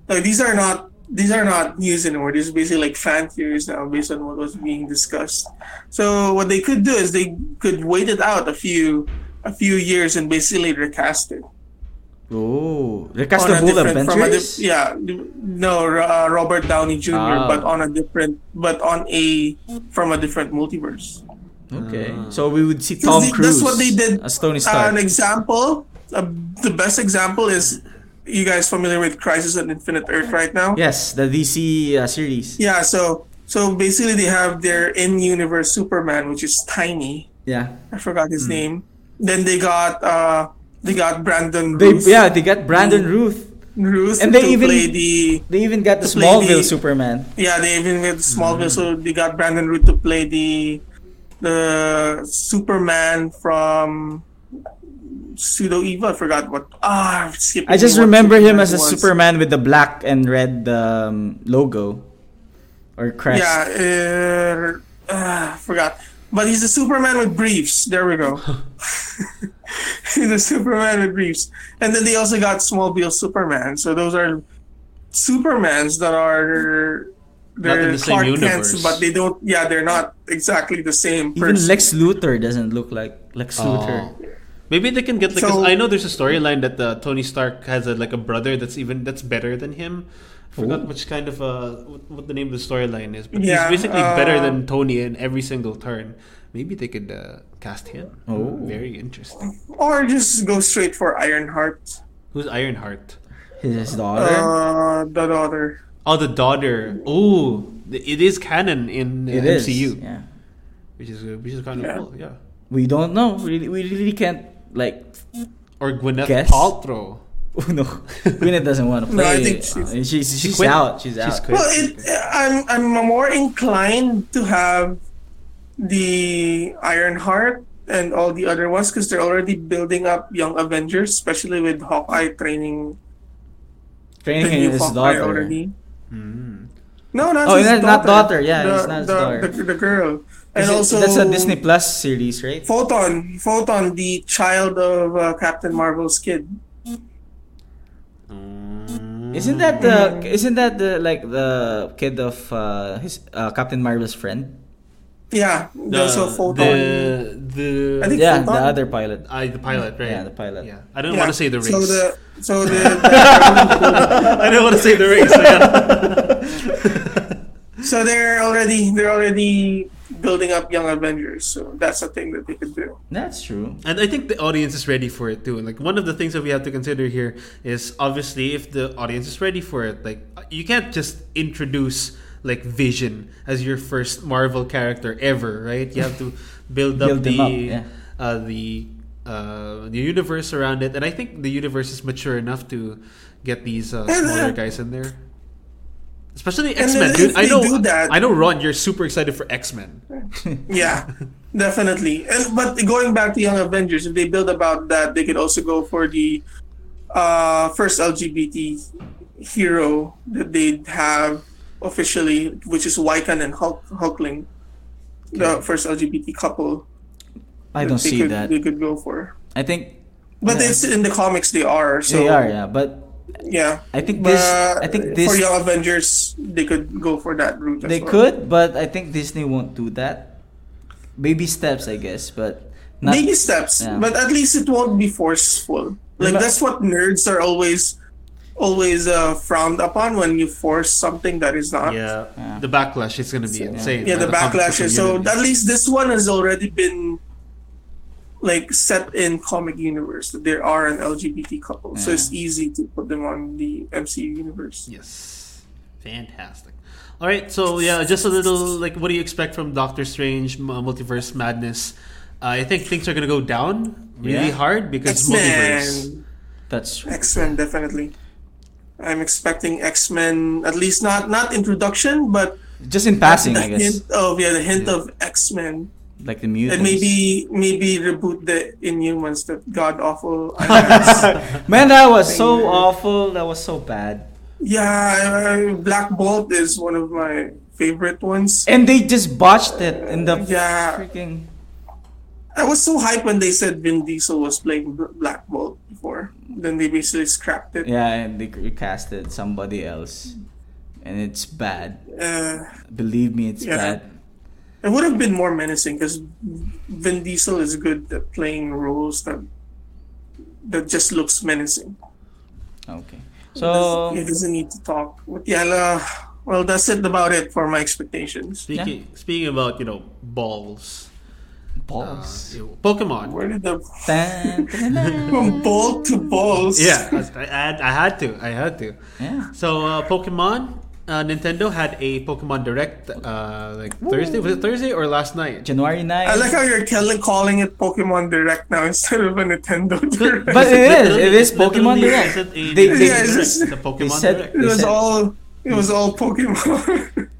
like, these are not these are not news anymore. These are basically like fan theories now, based on what was being discussed. So what they could do is they could wait it out a few a few years and basically recast it.
Oh, recast
on
the
a
whole
different- from a
Avengers.
dif- yeah, no, uh, Robert Downey Jr.,
Ah.
but on a different, but on a from a different multiverse.
Okay,
Ah.
so we would see
'Cause
Tom
they-
Cruise.
that's what they did.
as Tony
Uh,
Stark.
an example, uh, the best example is you guys familiar with Crisis on Infinite Earth right now?
yes, the DC uh, series.
Yeah. So so basically, they have their in-universe Superman, which is tiny.
Yeah,
I forgot
Hmm.
his name. Then they got uh they got Brandon
they
Ruth.
yeah they got Brandon Ruth.
Ruth
and they
to
even-
play the
They even got the
To play
Smallville
the-
Superman.
Yeah, they even with
Hmm.
Smallville, so they got Brandon Root to play the the Superman from Pseudo Evil. I forgot what. Ah, I'm skipping.
I just
what
remember him
Superman
as a
was.
Superman with the black and red um, logo or crest.
Yeah, uh, uh, forgot. But he's a Superman with briefs. There
[LAUGHS]
we go. [LAUGHS] he's a Superman with briefs, and then they also got Smallville Superman. So those are Supermans that are
Not in
they're
the same
Clark Kents,
universe.
but they don't. Yeah, they're not exactly the same
Even
person.
Lex Luthor doesn't look like Lex Luthor.
Oh. Maybe they can get like 'cause
So-
I know there's a storyline that uh, Tony Stark has a, like a brother that's even that's better than him. I forgot which kind of uh what, what the name of the storyline is, but
Yeah,
he's basically better
uh,
than Tony in every single turn. Maybe they could uh, cast him.
Oh.
very interesting.
or just go straight for Ironheart.
Who's Ironheart?
His, his daughter.
Uh, the daughter.
Oh, the daughter. Oh, it is canon in uh,
it is.
MCU.
Yeah.
which is which is kind of
Yeah.
cool. Yeah.
We don't know. Really, we really can't like. [LAUGHS]
Or Gwyneth
Guess?
Paltrow.
Oh
[LAUGHS]
no, Gwyneth doesn't want to
No,
play. Uh,
I think she's-
she's, she's,
She quit.
out. She's out.
She's quit.
Well, it, I'm I'm more inclined to have the Iron Heart and all the other ones because they're already building up Young Avengers, especially with Hawkeye training the
Training
new
his
Hawkeye
daughter.
already.
Hmm.
No, not
Oh,
his
not-
daughter.
not daughter, yeah,
the,
it's not his
the,
daughter.
The, the girl, and
Is it-
also
that's a Disney Plus series, right?
Photon, Photon, the child of uh, Captain Marvel's kid. Mm.
Isn't that the
Mm-hmm.
isn't that the like the kid of uh, his uh, Captain Marvel's friend?
Yeah,
The,
also Photon.
the the
I think-
Yeah, the
Photon?
other pilot.
I, the pilot, right?
Yeah, the pilot.
Yeah. I didn't
yeah.
want to say the race.
So the so the,
[LAUGHS] I didn't want to say the race. I
[LAUGHS]
gotta-
so they're already they're already building up Young Avengers. So that's a thing that they could do.
That's true.
And I think the audience is ready for it too. Like one of the things that we have to consider here is obviously if the audience is ready for it. Like you can't just introduce like Vision as your first Marvel character ever, right? You
[LAUGHS]
have to build up
Build
the
him up, yeah.
uh, the uh, the universe around it. And I think the universe is mature enough to get these uh,
And, uh,
smaller guys in there. Especially
then
X Men,
if
dude. I
they
know.
do that-
I know, Ron. You're super excited for X Men.
[LAUGHS]
Yeah, definitely. And but going back to Young Avengers, if they build about that, they could also go for the uh, first LGBT hero that they have officially, which is Wycon and Hulk, Hulkling, the first LGBT couple.
I don't
they
see
could,
that.
They could go for.
I think
But
Yeah.
it's in the comics they are. So
they are, yeah. But
Yeah.
I think
But
this. I think this.
for Young Avengers, they could go for that route. as
They
well.
could, but I think Disney won't do that. Baby steps, I guess, but not.
baby steps
yeah.
but at least it won't be forceful like
But-
that's what nerds are always always uh, frowned upon when you force something that is not
Yeah.
Yeah.
the backlash is gonna be insane.
Yeah,
by
the
comic book
backlash is- so
community.
at least this one has already been like set in comic universe that there are an lgbt couple so it's easy to put them on the mcu universe
Yes. Fantastic. All right, so yeah, just a little like what do you expect from Doctor Strange M- uh, Multiverse Madness? Uh, I think things are going to go down really
Yeah.
hard because multiverse.
x-men
That's true.
x-men definitely i'm expecting x-men at least not not introduction but
Just in passing,
the
Hmm, I guess.
hint of yeah the hint of x-men
Like the mutants.
And maybe maybe reboot the Inhumans, that god
[LAUGHS]
awful. alliance.
Man, that was so awful. That was so bad.
yeah, I- I- Black Bolt is one of my favorite ones.
And they just botched it in the
Yeah.
freaking.
I was so hyped when they said Vin Diesel was playing Bl- Black Bolt before. Then they basically scrapped it.
Yeah, and they recasted somebody else, and it's bad.
Uh,
Believe me, it's
Yeah.
bad.
it would have been more menacing because Vin Diesel is good at playing roles that that just looks menacing.
Okay. So
He doesn't need to talk. But yeah, uh, well, that's it about it for my expectations.
Speaking speaking about, you know, balls. Uh,
balls.
you- Pokemon.
Where did the
Dun, dun, dun, dun.
from ball to balls?
Yeah, I, I, had- I had to. I had to.
Yeah.
So, uh, Pokemon uh, Nintendo had a Pokemon Direct uh, like Thursday was it Thursday or last night?
January 9th.
I like how you're telling, calling it Pokemon Direct now instead of a Nintendo Direct.
But it is. It is
Literally,
Pokemon Direct.
it is a
They-
Nintendo
they-
Yeah, it's
Direct,
just-
the Pokemon
said-
Direct.
[LAUGHS] it was
Listen.
all it was all
[LAUGHS]
Pokemon.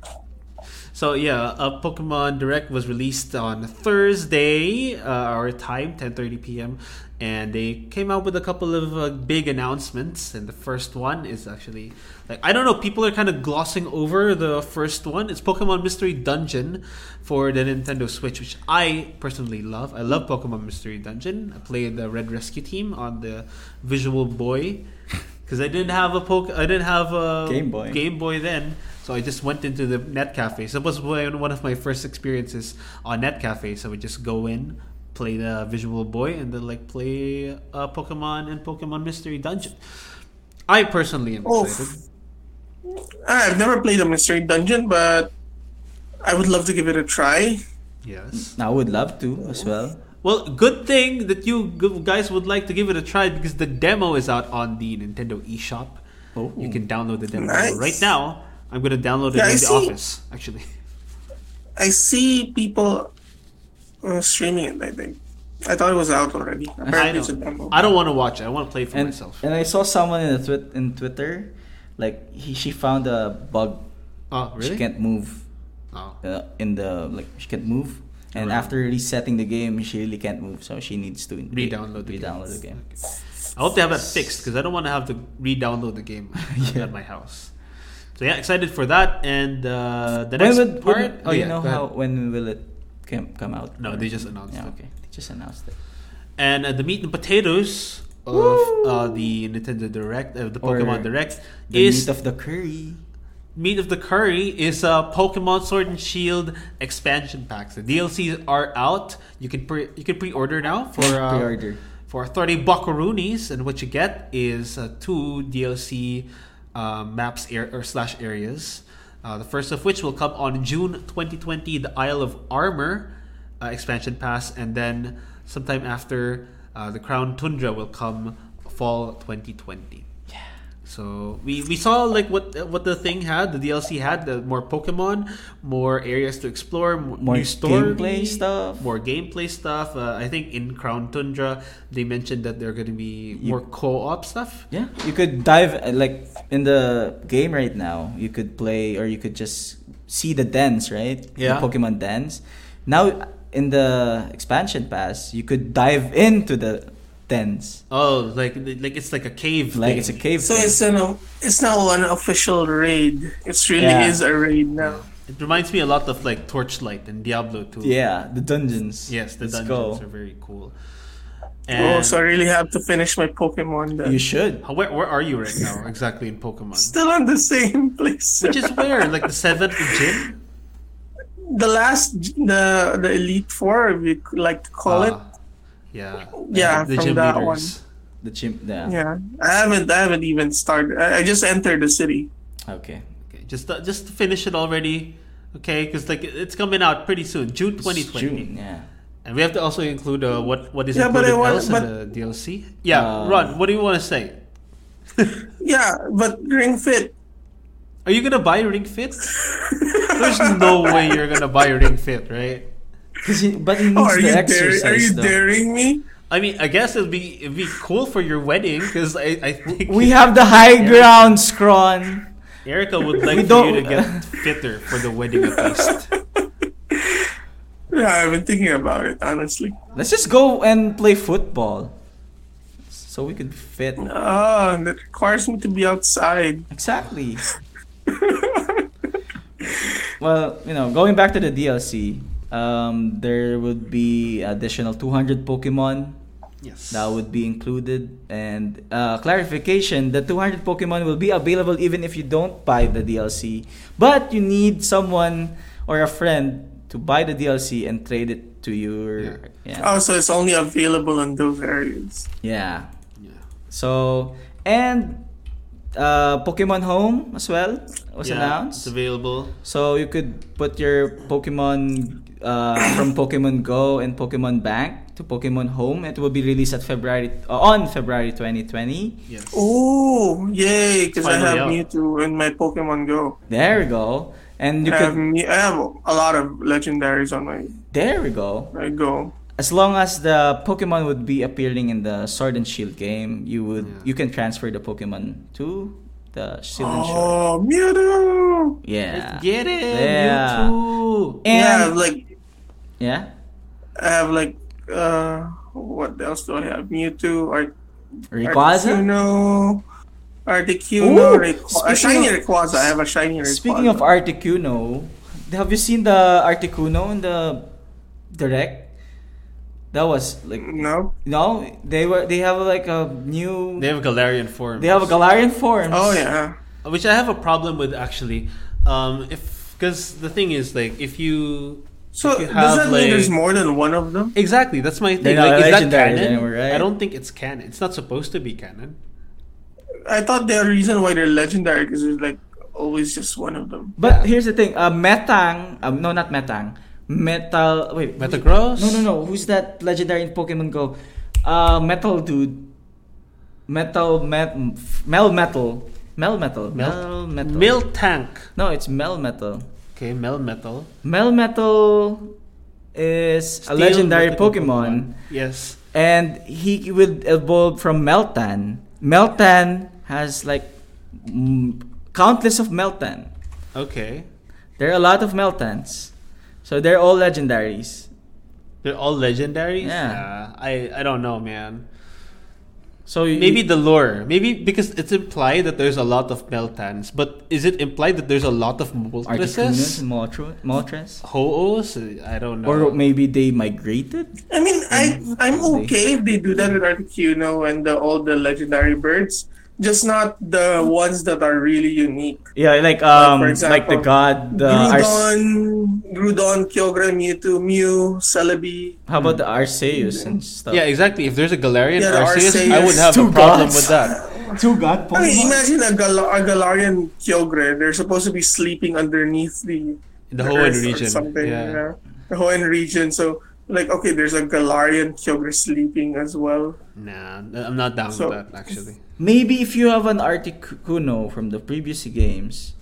So yeah, uh, Pokemon Direct was released on Thursday, uh, our time, 10:30 p.m., and they came out with a couple of uh, big announcements. And the first one is actually like I don't know, people are kind of glossing over the first one. It's Pokemon Mystery Dungeon for the Nintendo Switch, which I personally love. I love Pokemon Mystery Dungeon. I played the Red Rescue Team on the Visual Boy because I didn't have a poke. I didn't have a
Game Boy.
Game Boy then. So I just went into the Net Cafe. So it was one one of my first experiences on Net Cafe. So I would just go in, play the Visual Boy, and then like play uh, Pokemon and Pokemon Mystery Dungeon. I personally am
Oh,
excited.
I've never played a Mystery Dungeon, but I would love to give it a try.
Yes.
I would love to as well.
Well, good thing that you g- guys would like to give it a try because the demo is out on the Nintendo eShop.
Oh.
You can download the demo
Nice.
right now. I'm gonna download it
Yeah, I
in the
see.
office, actually.
I see people uh, streaming it. I think I thought it was out already.
[LAUGHS] I,
Apparently, it's a
know.
demo.
I don't want to watch it. I want to play it for
and,
myself.
and I saw someone in the twi- in Twitter, like he, she found a bug.
oh, really?
She can't move
Oh.
uh, in the like she can't move, and
Right.
after resetting the game, she really can't move. So she needs to
Re-download the game.
re-download the game.
I hope they have that fixed because I don't want to have to re-download the
[LAUGHS]
game at my house. So yeah, excited for that. And uh, the next
when would,
part.
would-
oh,
do you
yeah,
know
go ahead.
how when will it come, come out?
No, they just announced
Yeah,
it.
okay, they just announced it.
And uh, the meat and potatoes of uh, the Nintendo Direct, uh, the
Or
Pokemon Direct,
The
is
meat of the curry.
meat of the curry is uh, Pokemon Sword and Shield expansion packs. The DLCs are out. You can pre you can pre-order now for uh,
Pre-order.
for thirty buckaroonies, and what you get is uh, two DLC uh, maps air or slash areas. Uh, the first of which will come on June 2020, the Isle of Armor uh, expansion pass, and then sometime after uh, the Crown Tundra will come fall 2020. So we, we saw like what what the thing had, the DLC had, the more Pokemon, more areas to explore, more,
More
new story,
gameplay stuff.
more gameplay stuff. Uh, I think in Crown Tundra they mentioned that they're going to be more co-op stuff.
Yeah, you could dive uh, like in the game right now. You could play or you could just see the dens, right?
Yeah.
The Pokemon dens. Now in the expansion pass, you could dive into the dens
Oh, like like it's like a cave. thing.
like it's a cave.
So
thing.
it's an o- it's now an official raid. It really
Yeah.
is a raid now.
It reminds me a lot of like Torchlight and Diablo 2.
yeah, the dungeons.
Yes, the
Let's
dungeons
go.
are very cool.
Oh,
And
so I really have to finish my Pokemon. Then.
You should.
how- where where are you right now exactly in Pokemon?
[LAUGHS] Still on the same [LAUGHS] place.
Which is where like the seventh gym.
the last the the elite four if you like to call it
Ah, Yeah.
Yeah,
The
from
gym
that
leaders.
The chimp. Yeah.
yeah i haven't i haven't even started i, I just entered the city
Okay.
Okay, just uh, just finish it already, okay? Because like it's coming out pretty soon, June 2020,
June. Yeah.
and we have to also include uh, what what is
Yeah, but
included
I want-
else in
but-
the DLC. Yeah,
Uh,
Ron, what do you want to say? [LAUGHS]
yeah but ring fit
Are you gonna buy Ring Fit? There's no way you're gonna buy Ring Fit, right?
'Cause you- but it needs
[LAUGHS] oh, are
the
you
exercise.
daring are you
though.
daring me
I mean, I guess it'd be it'd be cool for your wedding because I, I
[LAUGHS]
think
We have the high ground, Scron.
Erica would like
We
for you to
don't-
get fitter for the wedding at least.
[LAUGHS] yeah i've been thinking about it honestly
Let's just go and play football. So we could fit.
oh and that requires me to be outside [LAUGHS]
Exactly. Well, you know, going back to the DLC, um, there would be additional 200 Pokemon
Yes,
that would be included. And uh, clarification the 200 Pokemon will be available even if you don't buy the DLC. But you need someone or a friend to buy the DLC and trade it to your. Yeah.
also Oh, it's only available in those areas
yeah.
Yeah.
So, and uh, Pokemon Home as well was
Yeah,
announced.
It's available.
So you could put your Pokemon uh, [COUGHS] from Pokemon Go and Pokemon Bank to Pokemon Home. It will be released at February uh, on February 2020.
Yes.
oh yay because i
Finally
have
out.
mewtwo in my pokemon go
There we go. And you
I, have,
could
Mew- I have a lot of legendaries on my,
there we go.
my go
As long as the Pokemon would be appearing in the Sword and Shield game, you would you can transfer the Pokemon to the Shield and Shield.
oh mewtwo
Yeah.
Get it,
Yeah.
you too.
yeah
And
like
yeah.
I have like uh what else do I have? Mewtwo, Ar-
Rayquaza.
Articuno,
Ooh,
Articuno, Rayqu- a
speaking
shiny
of-
Rayquaza. I have a shiny Rayquaza.
Speaking of Articuno, have you seen the Articuno in the direct? That was like
no,
no, they were they have like a new
They have Galarian form.
they have a Galarian form.
oh yeah,
which I have a problem with actually. Um, if because the thing is like if you
so
if you
does that
have,
mean there's
like-
more than one of them?
exactly that's my thing.
They're not
Like, is that
legendaries
canon?
anymore, right?
I don't think it's canon. It's not supposed to be canon.
I thought the reason why they're legendary because there's like always just one of them.
But here's the thing, uh, Metang, um, no not Metang, Metal. Wait, who's-
Metagross?
No, no, no. Who's that legendary in Pokemon Go? Uh, Metal dude. Metal, met, Mel Metal, Mel Metal, Mel Metal.
Mil Tank.
No, it's Mel Metal.
Okay, Mel Metal.
Melmetal is a
Steel
legendary
mythical
Pokemon,
Yes.
and he will evolve from Meltan. Meltan has like m- countless of Meltan.
Okay.
There are a lot of Meltans, so they're all legendaries.
They're all legendaries.
Yeah.
I I don't know, man.
So you-
Maybe the lore. Maybe because it's implied that there's a lot of Meltans, but is it implied that there's a lot of
Articuno
Moltres?
and Moltres, Moltres?
Ho-Ohs? I don't know.
or maybe they migrated.
I mean, I
Mm-hmm.
I'm
Honestly.
okay if they do that with Articuno and the, all the legendary birds, just not the ones that are really unique.
Yeah, like
Like,
um,
for
like, the
example,
god. The Arce-
Grudon, Grudon, Kyogre, Mewtwo, Mew, Celebi.
how about the Arceus and stuff?
yeah, exactly. If there's a Galarian
Yeah, the
Arceus,
Arceus.
I would have
Two
a problem
gods.
with that.
two god
I mean, imagine a, Gal- a Galarian Kyogre. They're supposed to be sleeping underneath the [LAUGHS]
In the Hoenn
Earth or
region.
something,
yeah.
you know? The Hoenn region. So, like, okay, there's a Galarian Kyogre sleeping as well.
Nah, I'm not down
So-
with that actually.
Maybe if you have an Articuno from the previous games,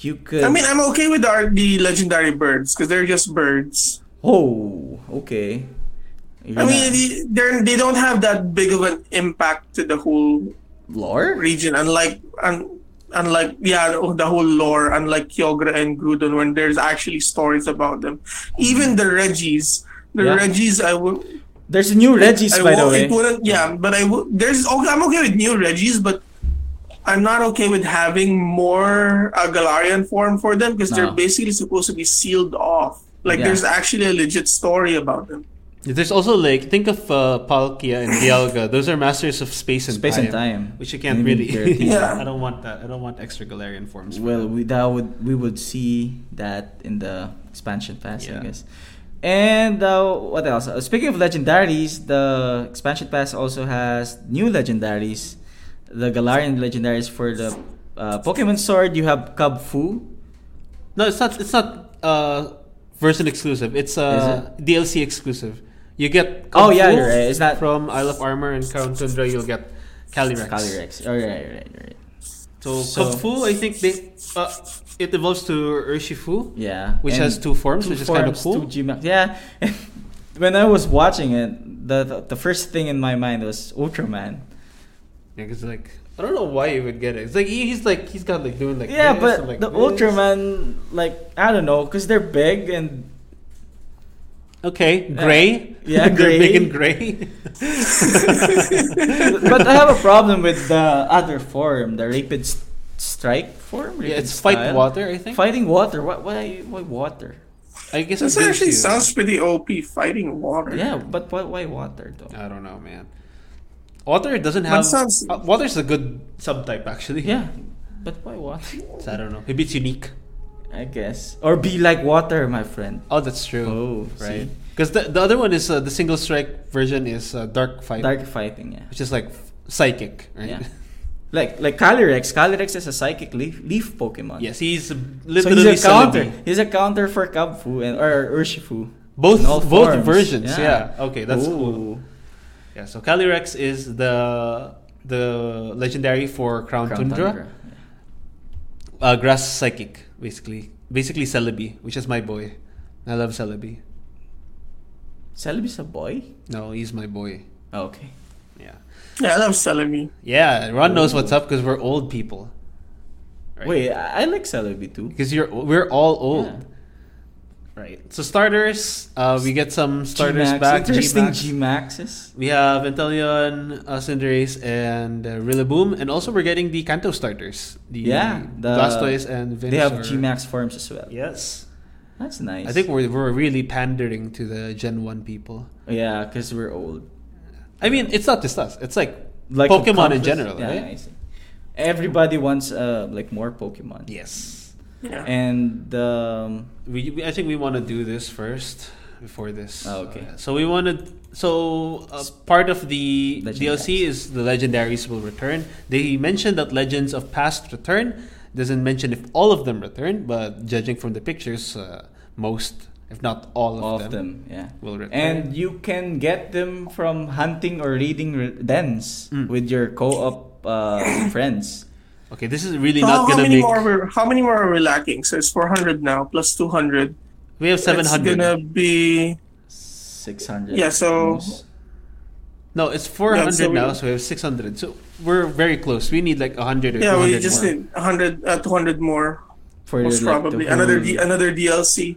you could.
I mean, I'm okay with the, ar- the legendary birds because they're just birds.
oh, okay. You're
I mean,
not-
they- they're they don't have that big of an impact to the whole
lore.
region, unlike un, unlike yeah the whole lore, unlike Kyogre and Grudon, when there's actually stories about them.
Mm-hmm.
Even the Reggies, the
Yeah.
Reggies, I would
There's a new Regis,
I
by the
won't-
way.
It wouldn't, yeah, but I would. There's okay. I'm okay with new Reggies, but I'm not okay with having more a Galarian form for them because
No.
they're basically supposed to be sealed off. Like
Yeah.
there's actually a legit story about them.
There's also like think of uh, Palkia and Dialga. Those are masters of space and
Space
time,
and time.
which you can't
Maybe
really.
they're-
Yeah.
[LAUGHS] I don't want that. I don't want extra Galarian forms.
Well, we that would we would see that in the expansion pass,
Yeah.
I guess. And uh, what else? Uh, speaking of legendaries, the expansion pass also has new legendaries. The Galarian legendaries for the uh, Pokemon Sword, you have Cub Fu.
No, it's not. It's not uh, version exclusive. It's uh, DLC exclusive. You get
Oh,
Kung
yeah,
Fu
you're right. It's not-
from Isle of Armor and Crown Tundra. You'll get Calyrex.
Calyrex. Oh, you're right, you're right, you're right.
So,
So-
Kung Fu, I think they uh, it evolves to Urshifu.
Yeah.
Which
and
has two forms, which is kinda
forms,
cool.
Two Gmax. Yeah. [LAUGHS] when I was watching it, the, the the first thing in my mind was Ultraman.
Yeah, 'cause, like I don't know why you would get it. It's like he- he's like he's got like doing like
yeah,
this
but
and, like
the
this.
Ultraman, like I don't know, cause they're big and
Okay, gray. [LAUGHS]
Yeah,
They're
gray.
big and gray.
[LAUGHS] but I have a problem with the other form, the Rapid s- Strike form.
Yeah,
Rapid
it's fight
Style.
water. I think.
Fighting water. Why? Why? Why water?
I guess
This
it gives
actually
you-
sounds pretty OP. Fighting water.
Yeah, but why? Why water though?
I don't know, man. Water doesn't have.
sounds-
uh, water's a good subtype, actually.
Yeah, but why water? [LAUGHS]
So I don't know. Maybe it's unique.
I guess. Or be like water, my friend.
Oh, that's true.
Oh,
right.
see?
Because the, the other one is uh, the single strike version is uh, dark fight,
Dark fighting. Yeah.
which is like f- psychic, right?
Yeah. Like like Calyrex. Calyrex is a psychic leaf leaf
[LAUGHS]
Pokemon.
yes, he's
So
literally
he's a
Celebi.
counter. He's a counter for Kabfu and or Urshifu.
Both
In all
both
forms.
versions. Yeah. Okay, that's cool.
Ooh.
Yeah. So Calyrex is the the legendary for Crown,
Crown
Tundra,
Tundra.
Uh, grass psychic, basically. Basically Celebi, which is my boy. I love Celebi.
Celebi's a boy?
No, he's my boy.
Okay.
Yeah.
Yeah, I love Celebi.
Yeah, Ron knows
Ooh.
what's up because we're old people.
Wait, I I like Celebi too.
because you're we're all old,
Yeah.
right? So starters, uh, we get some starters
G-Max,
back.
Interesting
G-Max.
G Maxes.
we have Inteleon, uh, Cinderace, and uh, Rillaboom, and also we're getting the Kanto starters. The
Yeah. The,
Blastoise and Venusaur.
They have G Max forms as well.
Yes,
That's nice.
I think we're we're really pandering to the Gen One people.
Yeah, because we're old.
I mean, it's not just us. It's like, Pokemon in
compass-
general,
Yeah, I
right?
see. Everybody wants uh like more Pokemon.
Yes.
Yeah.
And um
we, we I think we want to do this first before this. Uh,
Oh, okay.
So we want to. So uh, part of the
Legendaries.
DLC is the legendaries will return. They mentioned that legends of past return. Doesn't mention if all of them return, but judging from the pictures, uh, most, if not all of,
all
them,
of them, yeah.
will return.
And you can get them from hunting or reading re- dens
Mm.
with your co-op uh, [COUGHS] friends.
okay, this is really
So
not
how, how
gonna
many
make.
more? Are we, how many more are we lacking? So it's 400 now plus 200.
We have seven
It's
hundred.
gonna be
600.
Yeah, so-
almost.
No, it's four hundred
so we-
now, so we have six hundred. So we're very close. We need like hundred or
yeah.
200
We just
more.
need 100, uh, 200 more
for
most
like, the
probably.
whole-
Another D- another DLC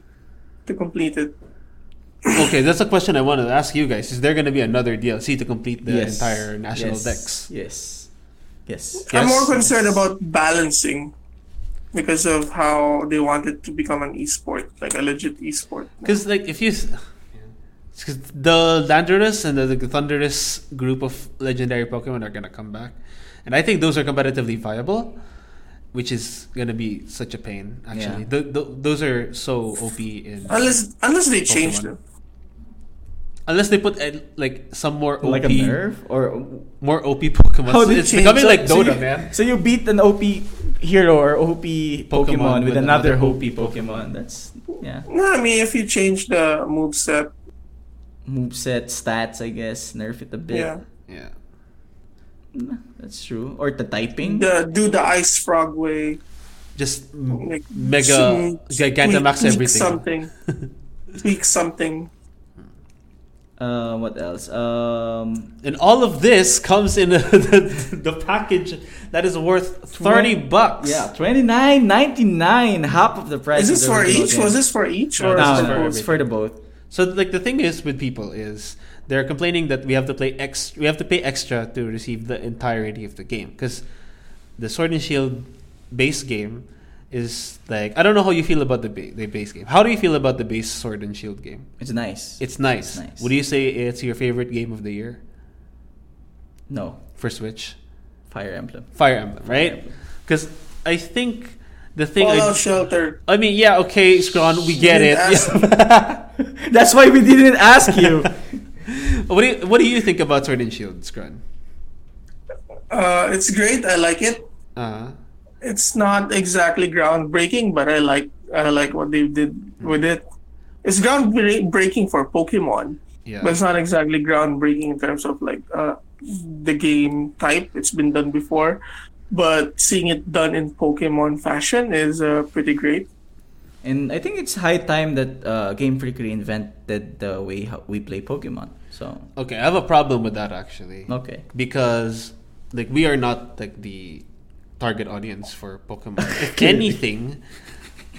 to complete it.
Okay, that's a question I wanted to ask you guys. Is there going to be another DLC to complete the
Yes.
entire national
yes.
decks?
Yes. Yes.
I'm
Yes.
more concerned
Yes.
about balancing because of how they want it to become an esport, like a legit esport.
Because like if you, s- 'cause the Landorus and the, the Thunderous group of legendary Pokemon are going to come back, and I think those are competitively viable, which is going to be such a pain. Actually,
Yeah.
Th th- those are so OP in
Unless unless they change them.
Pokemon. unless they put uh, like some more OP,
Like a nerve or
more OP Pokemon.
How did
it's
you-
becoming
so-
like
so
Dota,
you- [LAUGHS]
man.
So you beat an OP hero or OP Pokemon,
Pokemon
with,
with
another,
another
OP Pokemon. That's yeah.
No, I mean if you change the moveset,
Moveset, stats, I guess, nerf it a bit.
yeah.
Yeah.
Mm, That's true. Or the typing.
The, do the ice frog way.
Just
Like,
mega
sm-
Gigantamax
tweak- tweak
everything.
Something. tweak something.
Uh, what else? Um,
[LAUGHS] And all of this comes in the, [LAUGHS] the, package that is worth 30 bucks.
yeah, twenty nine ninety nine, half of the price.
Is
of
this
the
for
original
each?
game.
Was this for each
No,
or
this
No,
is it
for
no,
both?
it's for the both.
So like the thing is with people is they're complaining that we have to play ex we have to pay extra to receive the entirety of the game cuz the Sword and Shield base game is like I don't know how you feel about the, ba- the base game. How do you feel about the base Sword and Shield game?
It's nice.
It's nice.
It's nice.
Would you say it's your favorite game of the year
no
for Switch?
Fire Emblem. [LAUGHS]
Fire Emblem, right?
Emblem.
Cuz I think the thing I-
Fallout Shelter.
I mean, yeah, okay, Scron, we get it.
didn't ask.
That's why we didn't ask you.
[LAUGHS] what do you, what do you think about Sword and Shield, Scron?
Uh, it's great. I like it.
Uh,
It's not exactly groundbreaking, but I like I like what they did
Hmm.
with it. It's groundbreaking for Pokemon,
yeah.
but it's not exactly groundbreaking in terms of like uh, the game type. It's been done before, but seeing it done in Pokemon fashion is uh, pretty great.
And I think it's high time that uh, Game Freak reinvented the way how we play Pokemon. So
Okay, I have a problem with that actually.
okay,
Because like we are not like the target audience for
[LAUGHS]
Pokemon. if anything,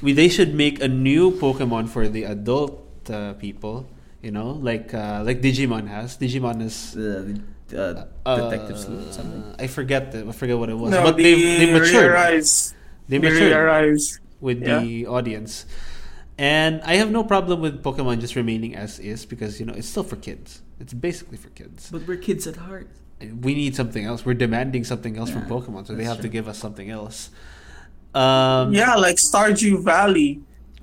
we they should make a new Pokemon for the adult uh, people. You know, like uh, like Digimon has. Digimon is
the uh,
uh,
detective Sleuth or something.
I forget the, I forget what it was.
No,
but
the
they they matured.
Rearise.
They
the
matured.
Rearise.
with
Yeah.
the audience. And I have no problem with Pokemon just remaining as is because you know it's still for kids. It's basically for kids.
But we're kids at heart.
We need something else. We're demanding something else from
Yeah,
Pokemon, so they have
that's
to
true.
give us something else. Um,
Yeah, like Stardew Valley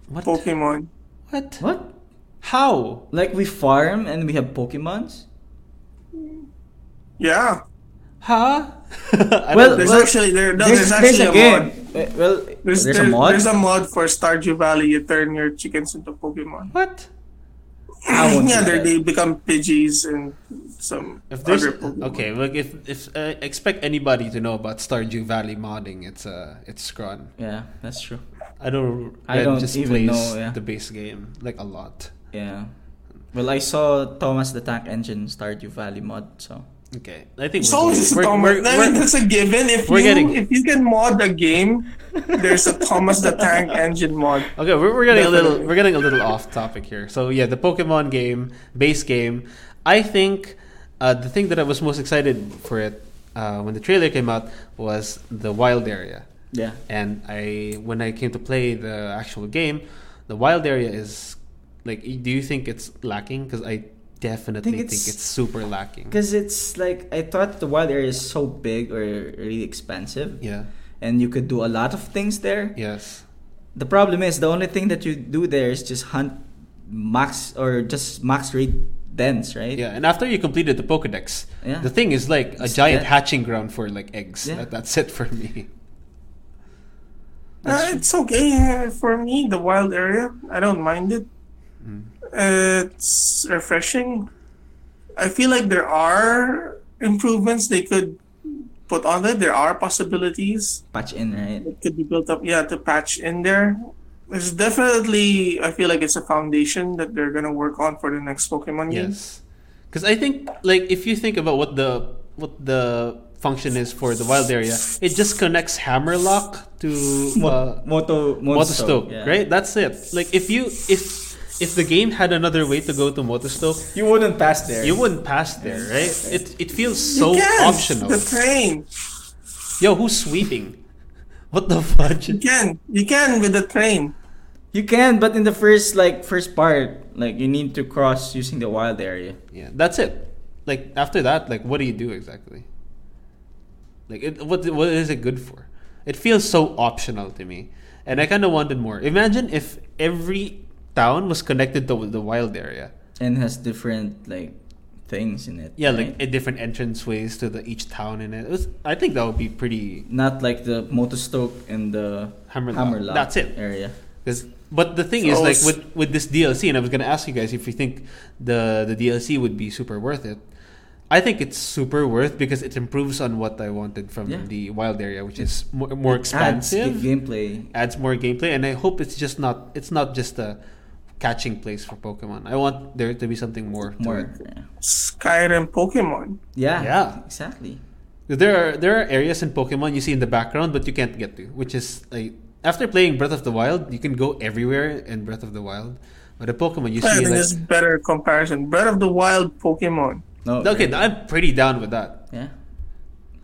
What?
Pokemon.
what?
What?
How?
Like we farm and we have Pokemons.
Yeah.
Huh? [LAUGHS] I
Well,
don't-
There's
well,
actually there no,
There's,
there's, actually
there's a,
a,
game.
mod.
Uh, Well, there's,
There's, there's,
a mod.
there's a mod for Stardew Valley. You turn your chickens into Pokemon.
what?
I won't
[LAUGHS] yeah,
do
they
that.
they become Pidgeys and some
If there's
other Pokemon.
okay, look if if uh, expect anybody to know about Stardew Valley modding, it's uh it's Scron.
Yeah, that's true.
I don't.
I
Red
don't
just
even
plays
know, yeah.
the base game like a lot.
Yeah. Well, I saw Thomas the Tank Engine Stardew Valley mod. So
Okay, I think
It's
we're
always
good. We're-
Thomas.
we're-
I
we're-
mean,
[LAUGHS]
that's a given. If
we're
you
getting-
if you can mod a game, there's a Thomas
[LAUGHS]
the Tank Engine mod. Uh,
Okay, we're, we're getting a little
Definitely.
we're getting a little off topic here. So yeah, the Pokemon game base game. I think uh, the thing that I was most excited for it uh, when the trailer came out was the wild area.
yeah,
And I when I came to play the actual game, the wild area is like. Do you think it's lacking? Because I definitely think
Think
it's,
it's-
super lacking.
because it's like I thought the wild area is so big or really expansive,
Yeah.
and you could do a lot of things there.
Yes.
The problem is the only thing that you do there is just hunt max or just max rate dens, right?
Yeah, and after you completed the Pokedex,
Yeah.
the thing is like a
It's
giant
dead.
hatching ground for like eggs.
Yeah.
That, that's it for me.
Uh, it's okay uh, for me. The wild area, I don't mind it.
Hmm.
Uh, it's refreshing. I feel like there are improvements they could put on it. There are possibilities
Patch in, right?
that could be built up. Yeah, to patch in there. It's definitely. I feel like it's a foundation that they're gonna work on for the next Pokemon game.
Yes, because I think like if you think about what the what the function is for the wild area, it just connects Hammerlock to uh,
Moto
Motostoke,
yeah.
right? That's it. Like if you if if the game had another way to go to Motostoke,
You wouldn't pass there.
you wouldn't pass there, right? It it feels
You
so
can!
optional.
The train.
Yo, who's sweeping? [LAUGHS] What the fudge?
You can. You can with the train.
You can, but in the first like first part, like you need to cross using the wild area.
Yeah, that's it. Like after that, like what do you do exactly? Like it, what what is it good for? It feels so optional to me, and I kind of wanted more. Imagine if every town was connected to the wild area.
And has different like things in it.
Yeah,
right?
like a different entranceways to the each town in it. it was, I think that would be pretty.
not like the Motostoke and the
Hammerlock.
Hammerlock
That's it.
area.
'cause- but the thing
So
is,
s-
like with with this DLC, and I was gonna ask you guys if you think the the DLC would be super worth it. I think it's super worth because it improves on what I wanted from
Yeah.
the wild area, which is more, more
Adds good
expansive,
gameplay.
adds more gameplay, and I hope it's just not it's not just a catching place for Pokemon. I want there to be something more. To
More.
it.
Skyrim Pokemon.
Yeah.
Yeah.
Exactly.
There are there are areas in Pokemon you see in the background but you can't get to, which is like after playing Breath of the Wild, you can go everywhere in Breath of the Wild. But the Pokemon you
I
see
think
like,
it's better comparison. Breath of the Wild Pokemon.
No.
Okay,
right.
I'm pretty down with that.
Yeah.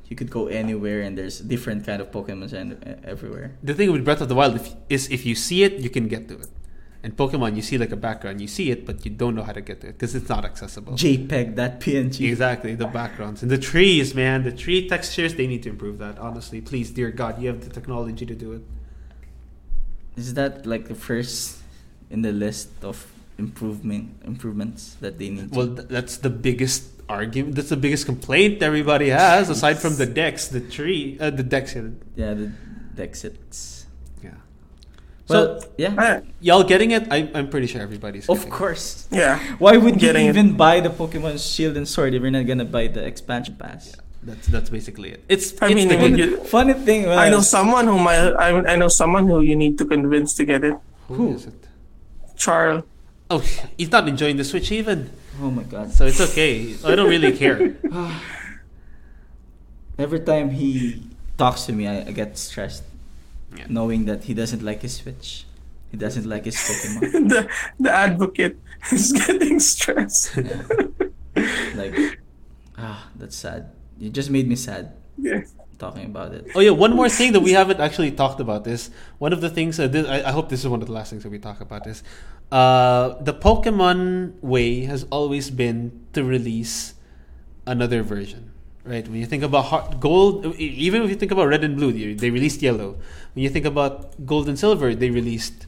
You could go anywhere and there's different kind of Pokemon uh, everywhere.
The thing with Breath of the Wild if, is if you see it, you can get to it. And Pokemon, you see like a background, you see it, but you don't know how to get to it because it's not accessible.
JPEG that PNG.
Exactly, the backgrounds and the trees, man. The tree textures, they need to improve that. Honestly, please, dear God, you have the technology to do it.
Is that like the first in the list of improvement improvements that they need? to-
Well, th- that's the biggest argument. That's the biggest complaint everybody has, aside from the decks, the tree, uh, the decks. yeah,
yeah, the, the exits.
Yeah.
Well,
so
yeah,
Eh,
y'all getting it? I, I'm pretty sure everybody's.
of
getting it.
course.
yeah.
Why would
Getting
you
it.
even buy the Pokemon Shield and Sword if you're not gonna buy the expansion pass?
That's that's basically it. It's.
I
it's
mean,
the
when
game.
you-
Funny thing was,
I know someone who might. I, I know someone who you need to convince to get it.
Who is it?
Charles. [LAUGHS]
Oh, [LAUGHS] he's not enjoying the Switch even.
oh my god!
So it's okay. I don't really care.
[SIGHS] Every time he talks to me, I, I get stressed,
Yeah.
knowing that he doesn't like his Switch, he doesn't like his
[LAUGHS]
Pokemon.
the the advocate is [LAUGHS] getting
[LAUGHS]
stressed.
like, ah, that's sad. You just made me sad
yeah.
talking about it.
Oh yeah, one more thing that we haven't actually talked about is one of the things. Uh, this, I, I hope this is one of the last things that we talk about is uh, the Pokemon way has always been to release another version, right? When you think about heart, gold, e- even if you think about red and blue, they, they released yellow. When you think about gold and silver, they released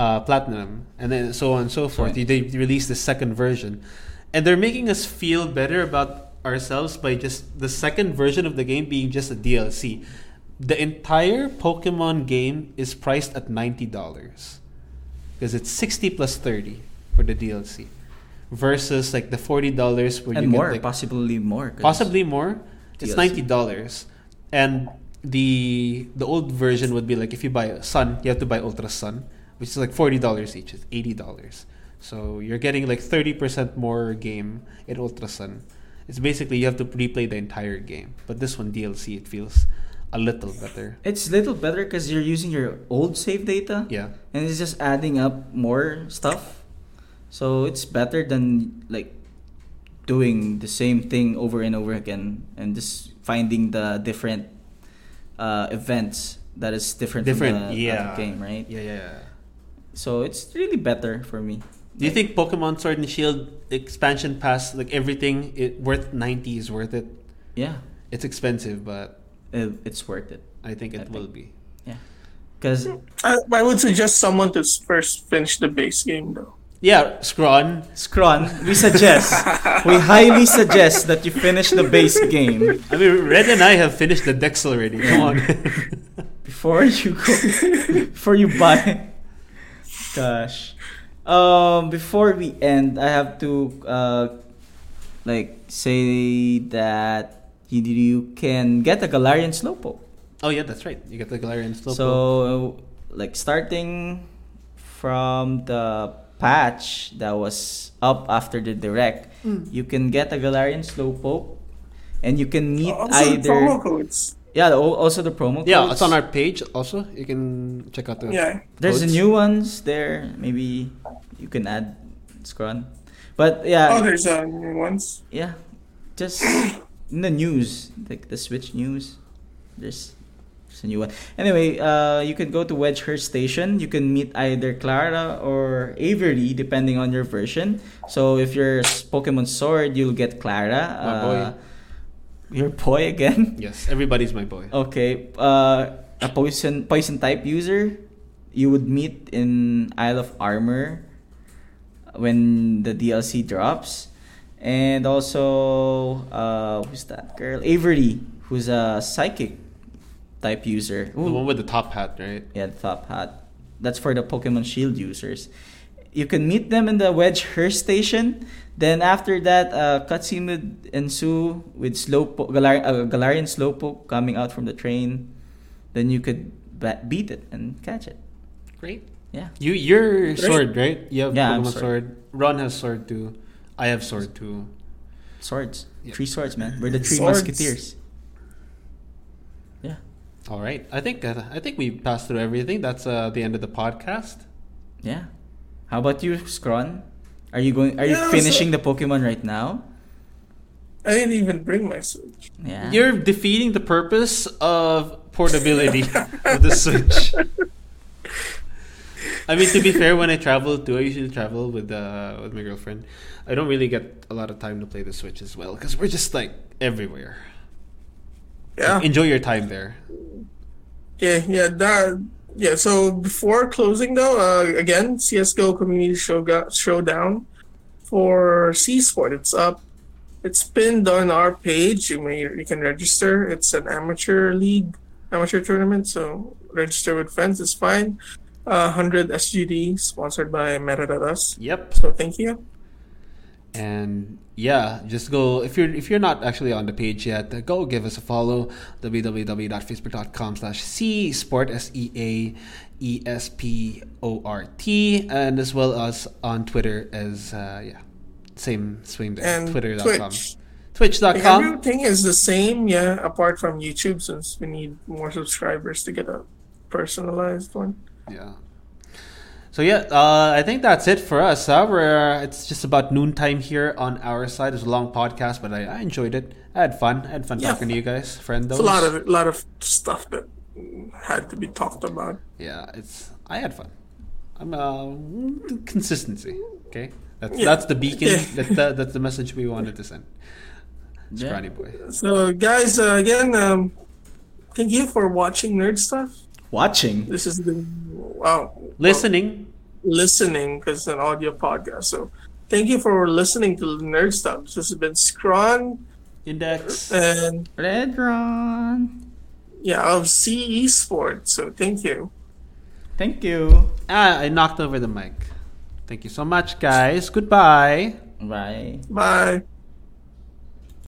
uh, platinum, and then so on and so forth.
Right.
They released the second version, and they're making us feel better about ourselves by just the second version of the game being just a DLC. The entire Pokemon game is priced at ninety dollars because it's 60 plus 30 for the DLC versus like the $40 where
and
you
more,
get like,
possibly more. 'cause-
possibly more it's
DLC.
$90 and the the old version would be like if you buy Sun you have to buy Ultra Sun which is like $40 each it's $80 so you're getting like 30% more game in Ultra Sun it's basically you have to replay the entire game but this one DLC it feels a little better
It's little better because you're using your old save data.
yeah
and it's just adding up more stuff so it's better than like doing the same thing over and over again and just finding the different uh, events that is different, from
different
the
yeah
other game right
yeah yeah, yeah.
so it's really better for me
Do you think Pokemon Sword and Shield expansion pass, like everything it, worth ninety is worth it?
yeah
It's expensive, but
it, it's worth it
I think it
I
will
think-
be.
yeah because
Hmm.
I, I would suggest someone to first finish the base game though.
Yeah, Scrawn.
Scron, we suggest, we highly suggest that you finish the base game
I mean, Red and I have finished the decks already. Come on.
before you go [LAUGHS] before you buy gosh um before we end i have to uh like say that you, you can get a galarian slowpoke
oh yeah, that's right. You get the Galarian Slowpoke.
so like starting from the patch that was up after the direct,
Mm.
you can get a Galarian Slowpoke, and you can meet
Oh, Also, promo
either.
codes.
Yeah, the- also the promo.
Yeah,
codes.
it's on our page also. You can check out the.
Yeah.
There's the
codes.
new ones there. Maybe you can add Scron. But yeah,
Oh, there's uh, new ones.
yeah, just in the news, like the Switch news. There's, there's a new one. Anyway, uh, you can go to Wedgehurst Station. You can meet either Clara or Avery, depending on your version. So if you're s- Pokemon Sword, you'll get Clara.
My boy.
uh, Your boy again.
Yes, everybody's my boy.
Okay, uh, a poison poison type user you would meet in Isle of Armor when the DLC drops, and also uh, who's that girl Avery, who's a psychic type user.
The
Ooh.
one with the top hat, right?
Yeah, the top hat. That's for the Pokemon Shield users. You can meet them in the [LAUGHS] Wedgehurst station. Then after that, uh, cutscene would ensue with Slowpoke, Galar- uh, Galarian Slowpoke coming out from the train. Then you could ba- beat it and catch it.
Great.
Yeah.
You you're sword, right? You have
Yeah, I'm
Pokemon
sword.
sword. Ron has sword too. I have sword too.
Swords.
Yeah.
Three swords, man. We're the three
Swords.
musketeers. Yeah.
All right. I think uh, I think we passed through everything. That's uh, the end of the podcast.
Yeah. How about you, Scron? Are you going are you
Yeah, so-
finishing the Pokemon right now?
I didn't even bring my Switch.
Yeah.
You're defeating the purpose of portability of the Switch.
I mean, to be fair, when I travel too, I usually travel with uh, with my girlfriend. I don't really get a lot of time to play the Switch as well because we're just like everywhere.
Yeah.
Enjoy your time there.
Yeah, yeah, that. Yeah, so before closing though, uh, again, CSGO Community Showga- Showdown for C Sport. It's up. It's pinned on our page. You may you can register. It's an amateur league, amateur tournament. So register with friends is fine. Uh, 100 SGD sponsored by Metadatas.
Yep.
So thank you.
And yeah, just go if you're if you're not actually on the page yet, uh, go give us a follow www.facebook.com slash c sport s e a e s p o r t and as well as on Twitter as uh, yeah same swing there
And
twitter.com
Twitch. Like,
twitch.com
everything is the same, yeah, apart from YouTube since we need more subscribers to get a personalized one.
yeah. So yeah, uh, I think that's it for us. Huh? We're, it's just about noontime here on our side. It's a long podcast, but I, I enjoyed it. I had fun. I had fun
Yeah.
talking to you guys, friend.
It's a lot of lot of stuff that had to be talked about.
yeah it's i had fun i'm uh consistency okay that's
Yeah.
that's the beacon
Yeah.
that's the, that's the message we wanted to send
Yeah.
Scrawny boy
So, guys, uh, again, um, thank you for watching Nerd Stuff.
Watching.
This is the wow
listening
listening because it's an audio podcast. So, thank you for listening to Nerd Stuff. This has been Scron,
index
and
Redron.
yeah, of CE Sport. So, thank you.
Thank you.
ah i knocked over the mic thank you so much guys goodbye
Bye.
Bye.